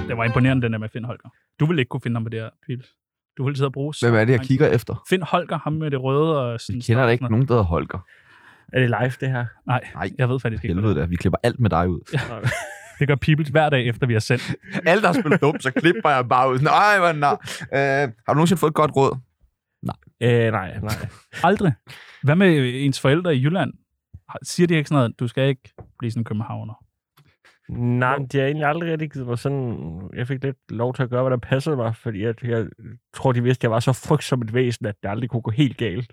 Det var imponerende, den der med Finn Holger. Du ville ikke kunne finde ham på det her pils. Du ville sidde og bruge... så Hvem er det, jeg mange- kigger efter? Finn Holger, ham med det røde og sådan... Vi kender da ikke nogen, der hedder Holger. Er det live, det her? Nej, Nej, jeg ved faktisk ikke. hvad helvede da. Vi klipper alt med dig ud. Det gør Peoples hver dag, efter vi har sendt. Alle, der har spillet dumt, så klipper jeg bare ud. Nej, hvor nej. Øh, har du nogensinde fået et godt råd? Øh, nej, nej. Aldrig. Hvad med øh, ens forældre i Jylland? Har- Siger de ikke sådan noget, du skal ikke blive sådan en københavner? Nej, de har egentlig aldrig rigtig givet mig sådan... Jeg fik lidt lov til at gøre, hvad der passede mig, fordi jeg, jeg tror, de vidste, at jeg var så frygtsom et væsen, at det aldrig kunne gå helt galt.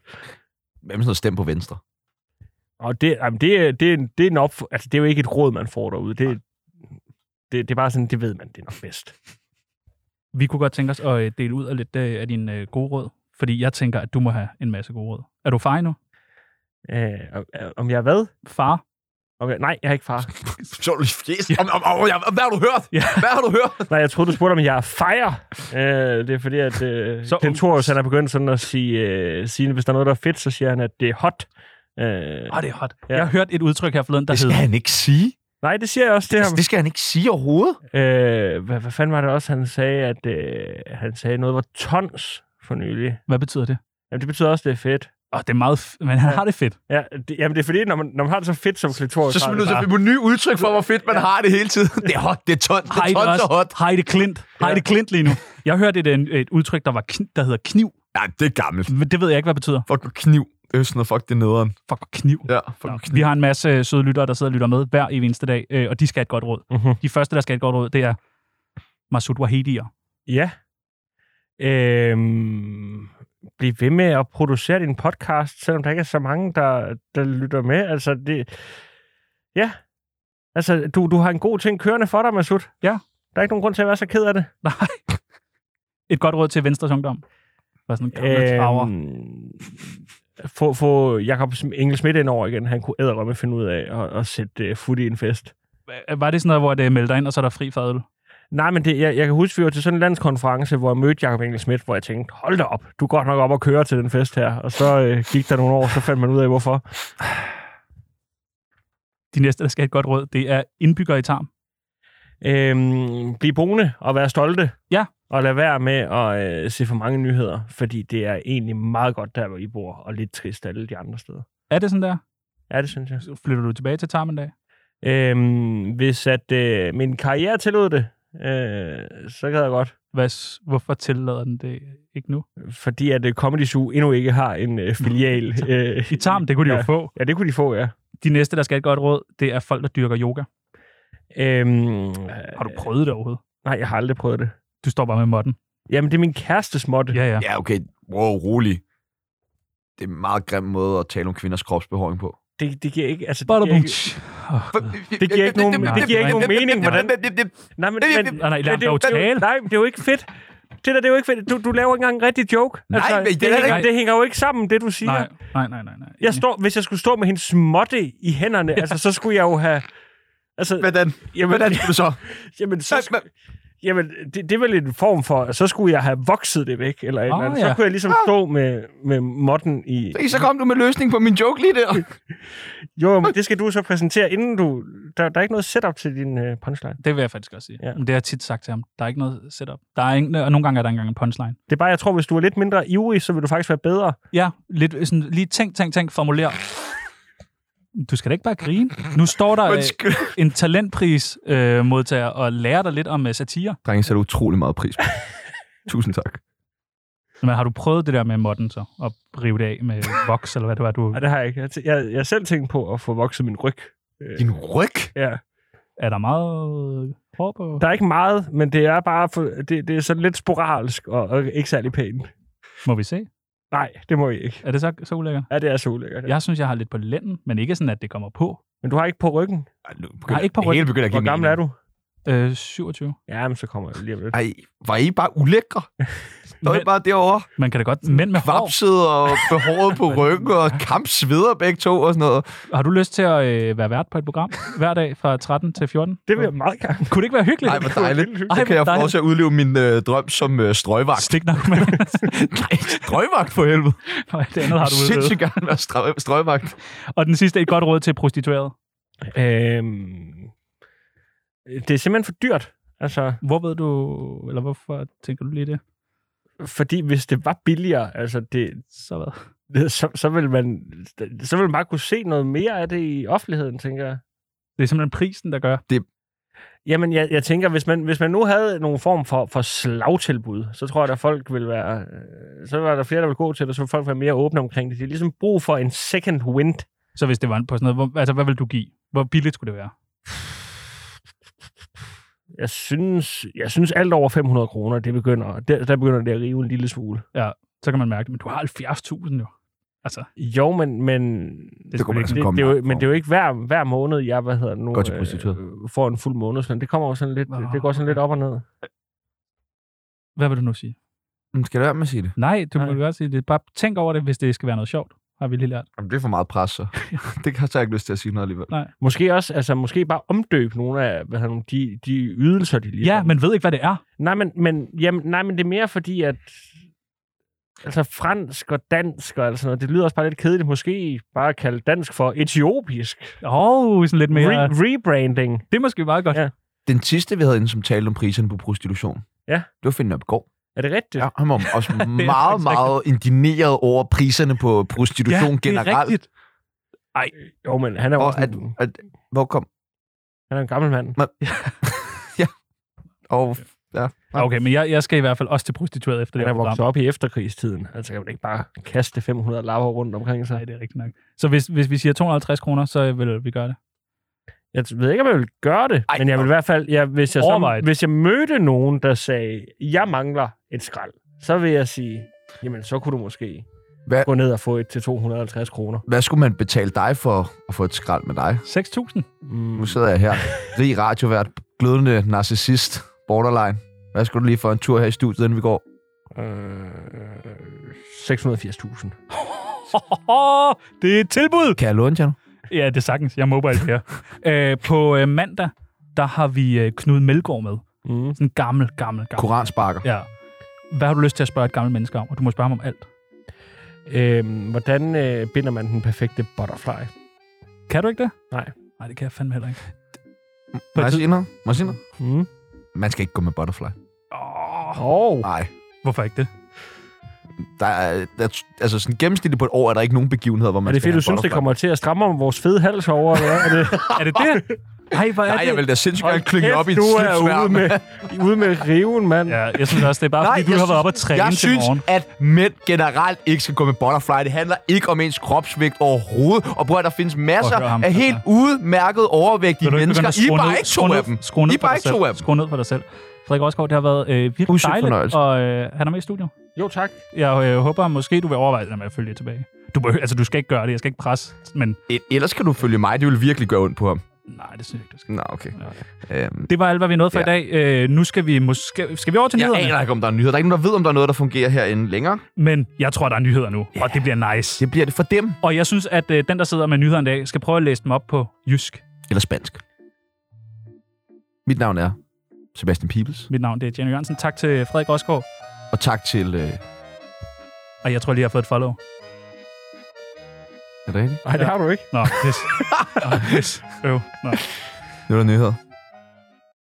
Hvem sådan noget stem på venstre? Og det, jamen det, er- det, er en- det, er en op, altså det er jo ikke et råd, man får derude. Det, det, det er bare sådan, det ved man, det er nok bedst. Vi kunne godt tænke os at øh, dele ud af lidt øh, af dine øh, gode råd, fordi jeg tænker, at du må have en masse gode råd. Er du far endnu? Øh, om- øh, om jeg er hvad? Far? Om jeg, nej, jeg er ikke far. [laughs] Så du fjes. Om, om, om, jeg, hvad har du hørt? Ja. Hvad har du hørt? Nej, jeg troede, du spurgte, om jeg er fire. Øh, det er fordi, at øh, Så- så, Klintorius, han er begyndt sådan at sige, øh, sige, hvis der er noget, der er fedt, så siger han, at det er hot. Øh, Åh, oh, det er hot. Ja. Jeg har hørt et udtryk her forleden, der Det skal hedder... han ikke sige. nej, det siger jeg også til ham. Altså, det skal han ikke sige overhovedet. Øh, hvad, hvad fanden var det også, han sagde, at øh, han sagde noget var tons for nylig. Hvad betyder det? Jamen, det betyder også, det er fedt. Åh, oh, det er meget... F- Men han har det fedt. Ja, det, jamen, det er fordi, når man, når man har det så fedt som Klintorius, Så har skal man det nødt til at bare- finde på nye udtryk for, hvor fedt man har det hele tiden. Det er hot, det er tons, det Hej, er det tons og hot. også. Hej, det er Klint. Hej, Ja. det er Klint lige nu. Jeg hørte et, øh, et udtryk, der, var kn- der hedder kniv. Nej, det er gammelt. Men Det ved jeg ikke, hvad det betyder. Fuck nu kniv. Det er jo sådan noget, fuck det er nederen. Fuck, kniv. Ja, fuck Nå, nu Vi kniv. har en masse øh, søde lyttere, der sidder og lytter med hver evig eneste dag, øh, og de skal have et godt råd. Mhm. De første, der skal have et godt råd, det er Masud Wahidier. Ja. Øhm, bliv ved med at producere din podcast, selvom der ikke er så mange, der, der lytter med. Altså, det... Ja. Altså, du, du har en god ting kørende for dig, Masud. Ja. Der er ikke nogen grund til at være så ked af det. Nej. Et godt råd til Venstres Ungdom. Var sådan en Øhm. gammel traver. få, få Jakob Engel Schmidt ind over igen. Han kunne æderrømme finde ud af at, at sætte uh, fod i en fest. Var det sådan noget, hvor det melder ind, og så er der fri fadøl? Nej, men det, jeg, jeg kan huske, vi var til sådan en landskonference, hvor jeg mødte Jakob Engel Schmidt, hvor jeg tænkte, hold da op, du er godt nok op og køre til den fest her. Og så øh, gik der nogle år, så fandt man ud af, hvorfor. De næste, der skal have et godt råd, det er indbygger i tarm. Øhm, blive boende og være stolte. Ja. Og lad være med at øh, se for mange nyheder, fordi det er egentlig meget godt der, hvor I bor, og lidt trist alle de andre steder. Er det sådan der? Ja, det synes jeg. Så flytter du tilbage til tarm en dag? Øhm, hvis at øh, min karriere tillod det, øh, så gad jeg godt. Hvad, s- hvorfor tillader den det ikke nu? Fordi at øh, Comedy Zoo endnu ikke har en øh, filial. Øh, I tarm, det kunne de ja. jo få. Ja, det kunne de få, ja. De næste, der skal have et godt råd, det er folk, der dyrker yoga. Øhm, Har du prøvet det overhovedet? Nej, jeg har aldrig prøvet det. Du står bare med modden. Jamen, det er min kærestes måtte. Ja, ja. Ja, okay. Wow, rolig. Det er en meget grim måde at tale om kvinders kropsbehåring på. Det, det giver ikke... Altså, det giver Badabum. ikke Åh, Gud. det giver ikke nogen- det giver ikke nogen mening, hvordan- nej, men, men, Nej, nej, lad men ham dog det, er jo- tale. nej, men det er jo ikke fedt. Det der, det er jo ikke fedt. Du, du laver ikke engang en rigtig joke. Altså, Nej, men det er det, da hænger, ikke- det hænger jo ikke sammen, det du siger. Nej, nej, nej, nej. nej. Jeg står, hvis jeg skulle stå med hendes måtte i hænderne, altså, så skulle jeg jo have... Altså, Hvordan? jamen, Hvordan skal du så? [laughs] Jamen, så, Nej, sk- jamen det, det er vel en form for, så skulle jeg have vokset det væk, eller, et Ah, eller andet. ja. Så kunne jeg ligesom stå med, med modden i... Se, Så kom du med løsning på min joke lige der. Jo, men det skal du så præsentere, inden du... Der, der er ikke noget setup til din øh, punchline. Det vil jeg faktisk også sige. Ja. Ja. Men det har jeg tit sagt til ham. Der er ikke noget setup. Der er ingen, og nogle gange er der engang en punchline. Det er bare, jeg tror, hvis du er lidt mindre ivrig, så vil du faktisk være bedre. Ja, lidt øh, sådan, lige tænk, tænk, tænk, formulér. Du skal da ikke bare grine. Nu står der øh, Undskyld. en talentpris øh, modtager og lærer dig lidt om øh, satire. Drenge sætter utrolig meget pris på. Tusind tak. Men har du prøvet det der med modden så? At rive det af med voks, eller hvad det var, du... Nej, det har jeg ikke. Jeg, tæ- jeg, jeg har selv tænkt på at få vokset min ryg. Din ryg? Ja. Er der meget øh, hår på? Der er ikke meget, men det er bare for, det, det er sådan lidt sporalsk og, og ikke særlig pænt. Må vi se? Nej, det må I ikke. Er det så, så ulækkert? Ja, det er så ulækkert. Ja. Jeg synes, jeg har lidt på lænden, men ikke sådan, at det kommer på. Men du har ikke på ryggen. Ej, nu begynder, Nej, ikke på det hele ryggen. begynder at give Hvor gammel er du? Øh, 27. Ja, men så kommer jeg lige om lidt. Ej, var I bare ulækre? Der var I Men- bare derovre, Man kan da godt... Mænd med hår. kvapsede og behåret på ryggen og kampsveder begge to og sådan noget. Har du lyst til at øh, være vært på et program hver dag fra 13 til 14? Det vil jeg meget gerne. Kunne det ikke være hyggeligt? Nej, hvor dejligt. Ej, Så kan jeg hvor få lov til at udleve min øh, drøm som øh, strøgvagt. Stik nok, [laughs] mand. Nej, strøgvagt for helvede. Nej, det andet har du udlevet. Sindssygt gerne være strø- strøgvagt. Og den sidste er et godt råd til prostitueret. Øhm, det er simpelthen for dyrt. Altså, Hvor ved du, eller hvorfor tænker du lige det? fordi hvis det var billigere, altså det, Så hvad? det- så, så vil man så vil man bare kunne se noget mere af det i offentligheden, tænker jeg. Det er simpelthen prisen, der gør. Jamen, jeg, jeg tænker, hvis man, hvis man nu havde nogen form for, for slagtilbud, så tror jeg, at folk ville være... øh, Så var der flere, der ville gå til det, så ville folk være mere åbne omkring det. De er ligesom brug for en second wind. Så hvis det var på sådan noget, hvor, altså hvad vil du give? Hvor billigt skulle det være? Jeg synes, jeg synes alt over 500 kroner, det begynder, der, der begynder det at rive en lille smule. Så kan man mærke det. Men du har 70.000 jo. Altså, Jo, men, men det, kunne man det, altså- det, det, komme det, er jo, langt men det er jo ikke hver, hver måned, jeg hvad hedder det nu, Går til prostitueret. øh, får en fuld månedsløn. Det kommer jo sådan lidt, Nå, det går sådan lidt op og ned. Hvad vil du nu sige? Mm, Skal jeg lade være med at sige det? Nej, du Nej. må godt sige det. Bare tænk over det, hvis det skal være noget sjovt. Har vi lige lært. Jamen, det er for meget pres, så. det har jeg ikke lyst til at sige noget alligevel. Måske også, altså måske bare omdøbe nogle af hvad hedder det nu, de, de ydelser, de lige Ja, men ved ikke, hvad det er. Nej, men, men, jamen, nej, men det er mere fordi, at altså fransk og dansk og alt sådan noget, det lyder også bare lidt kedeligt. Måske bare kalde dansk for etiopisk. Åh, oh, sådan lidt mere. Re- rebranding. Det er måske meget godt. Ja. Den sidste, vi havde inde, som talte om priserne på prostitution, Ja. det var Finn Opgaard. Er det rigtigt? Ja, han var også meget, faktisk meget indigneret over priserne på prostitution ja, generelt. rigtigt. Jo, men han er jo Og også at, en, at, hvor kom... han er en gammel mand. Og Okay, men jeg, jeg skal i hvert fald også til prostitueret efter det Han er her vokset program. op i efterkrigstiden. Altså, kan man ikke bare kaste 500 lapper rundt omkring Nej, sig? det er rigtigt nok. Så hvis, hvis vi siger 250 kroner, så vil vi gøre det. Jeg ved ikke, om jeg vil gøre det, Ej, men jeg vil i hvert fald... Jeg, hvis, jeg Overvej så, det. hvis jeg mødte nogen, der sagde, jeg mangler et skrald, så vil jeg sige, jamen, så kunne du måske Hvad- Hvad? gå ned og få et til 250 kroner. hvad skulle man betale dig for at få et skrald med dig? 6.000? Mm. Nu sidder jeg her, rig radiovært, glødende narcissist, borderline. Hvad skulle du lige for en tur her i studiet, inden vi går? Øh, 680.000. det er et tilbud! Kan jeg låne til Ja, det er sagtens. Jeg er mobile her. øh, på øh, mandag, der har vi øh, Knud Melgaard med. Mm. Sådan en gammel, gammel, gammel. Koransparker. Ja. Hvad har du lyst til at spørge et gammelt menneske om? Og du må spørge ham om alt. Øhm, hvordan øh, binder man den perfekte butterfly? Kan du ikke det? Nej. Nej, det kan jeg fandme heller ikke. Må jeg sige noget? Må jeg sige noget? Mm. Man skal ikke gå med butterfly. Oh. Oh. Nej. Hvorfor ikke det? Der er, der, er- altså sådan gennemsnitligt på et år er der ikke nogen begivenheder, hvor man Er det skal fordi, have du en synes, det butterfly. kommer til at stramme om vores fede hals over? Eller hvad? er det, Er det det? Ej, hvor er Nej, det? jeg vil da sindssygt Hold gerne klynge kæft, op i et du er slipsværm. ude med, ude med riven, mand. Ja. Ja, jeg synes også, det er bare Nej, fordi, du jeg har været synes- op og træne Jeg til synes, morgen. at mænd generelt ikke skal gå med butterfly. Det handler ikke om ens kropsvægt overhovedet. Og prøv at der findes masser hør ham, af helt udmærket overvægtige Vil du ikke mennesker. begynde at I er bare ikke to skrue ned- skrue ned- af dem. Skrue ned, I er for bare dig ikke selv. to af dem. Skru ned for dig selv. Frederik Rosgaard, det har været øh, virkelig Usøgt dejligt, fornøjelse. og øh, han er med i studiet. Jo, tak. Jeg øh, håber måske, du vil overveje det der med at følge jer tilbage. Du, behøver, altså, du skal ikke gøre det, jeg skal ikke presse, men E- Ellers kan du følge mig. Det vil virkelig gøre ondt på ham. nej, det synes jeg ikke, du skal. Nå, okay. Øhm, Det var alt, hvad vi nåede for Ja. i dag. Øh, nu skal vi måske... Skal vi over til jeg nyhederne? aner ikke, om der er nyheder. Der er ikke nogen, der ved, om der er noget, der fungerer herinde længere. Men jeg tror, der er nyheder nu, og det bliver nice. Det bliver det for dem. Og jeg synes, at øh, den, der sidder med nyhederne i dag, skal prøve at læse dem op på jysk. Eller spansk. Mit navn er Sebastian Pibels. Mit navn det er Jenny Jørgensen. Tak til Frederik Rosgaard. Og tak til... Øh, Og jeg tror lige, jeg har fået et follow. er det rigtigt? Nej, det Ja. har du ikke. [laughs] Nå, yes. Nå, yes. Øv. Nå. Det var nyheder.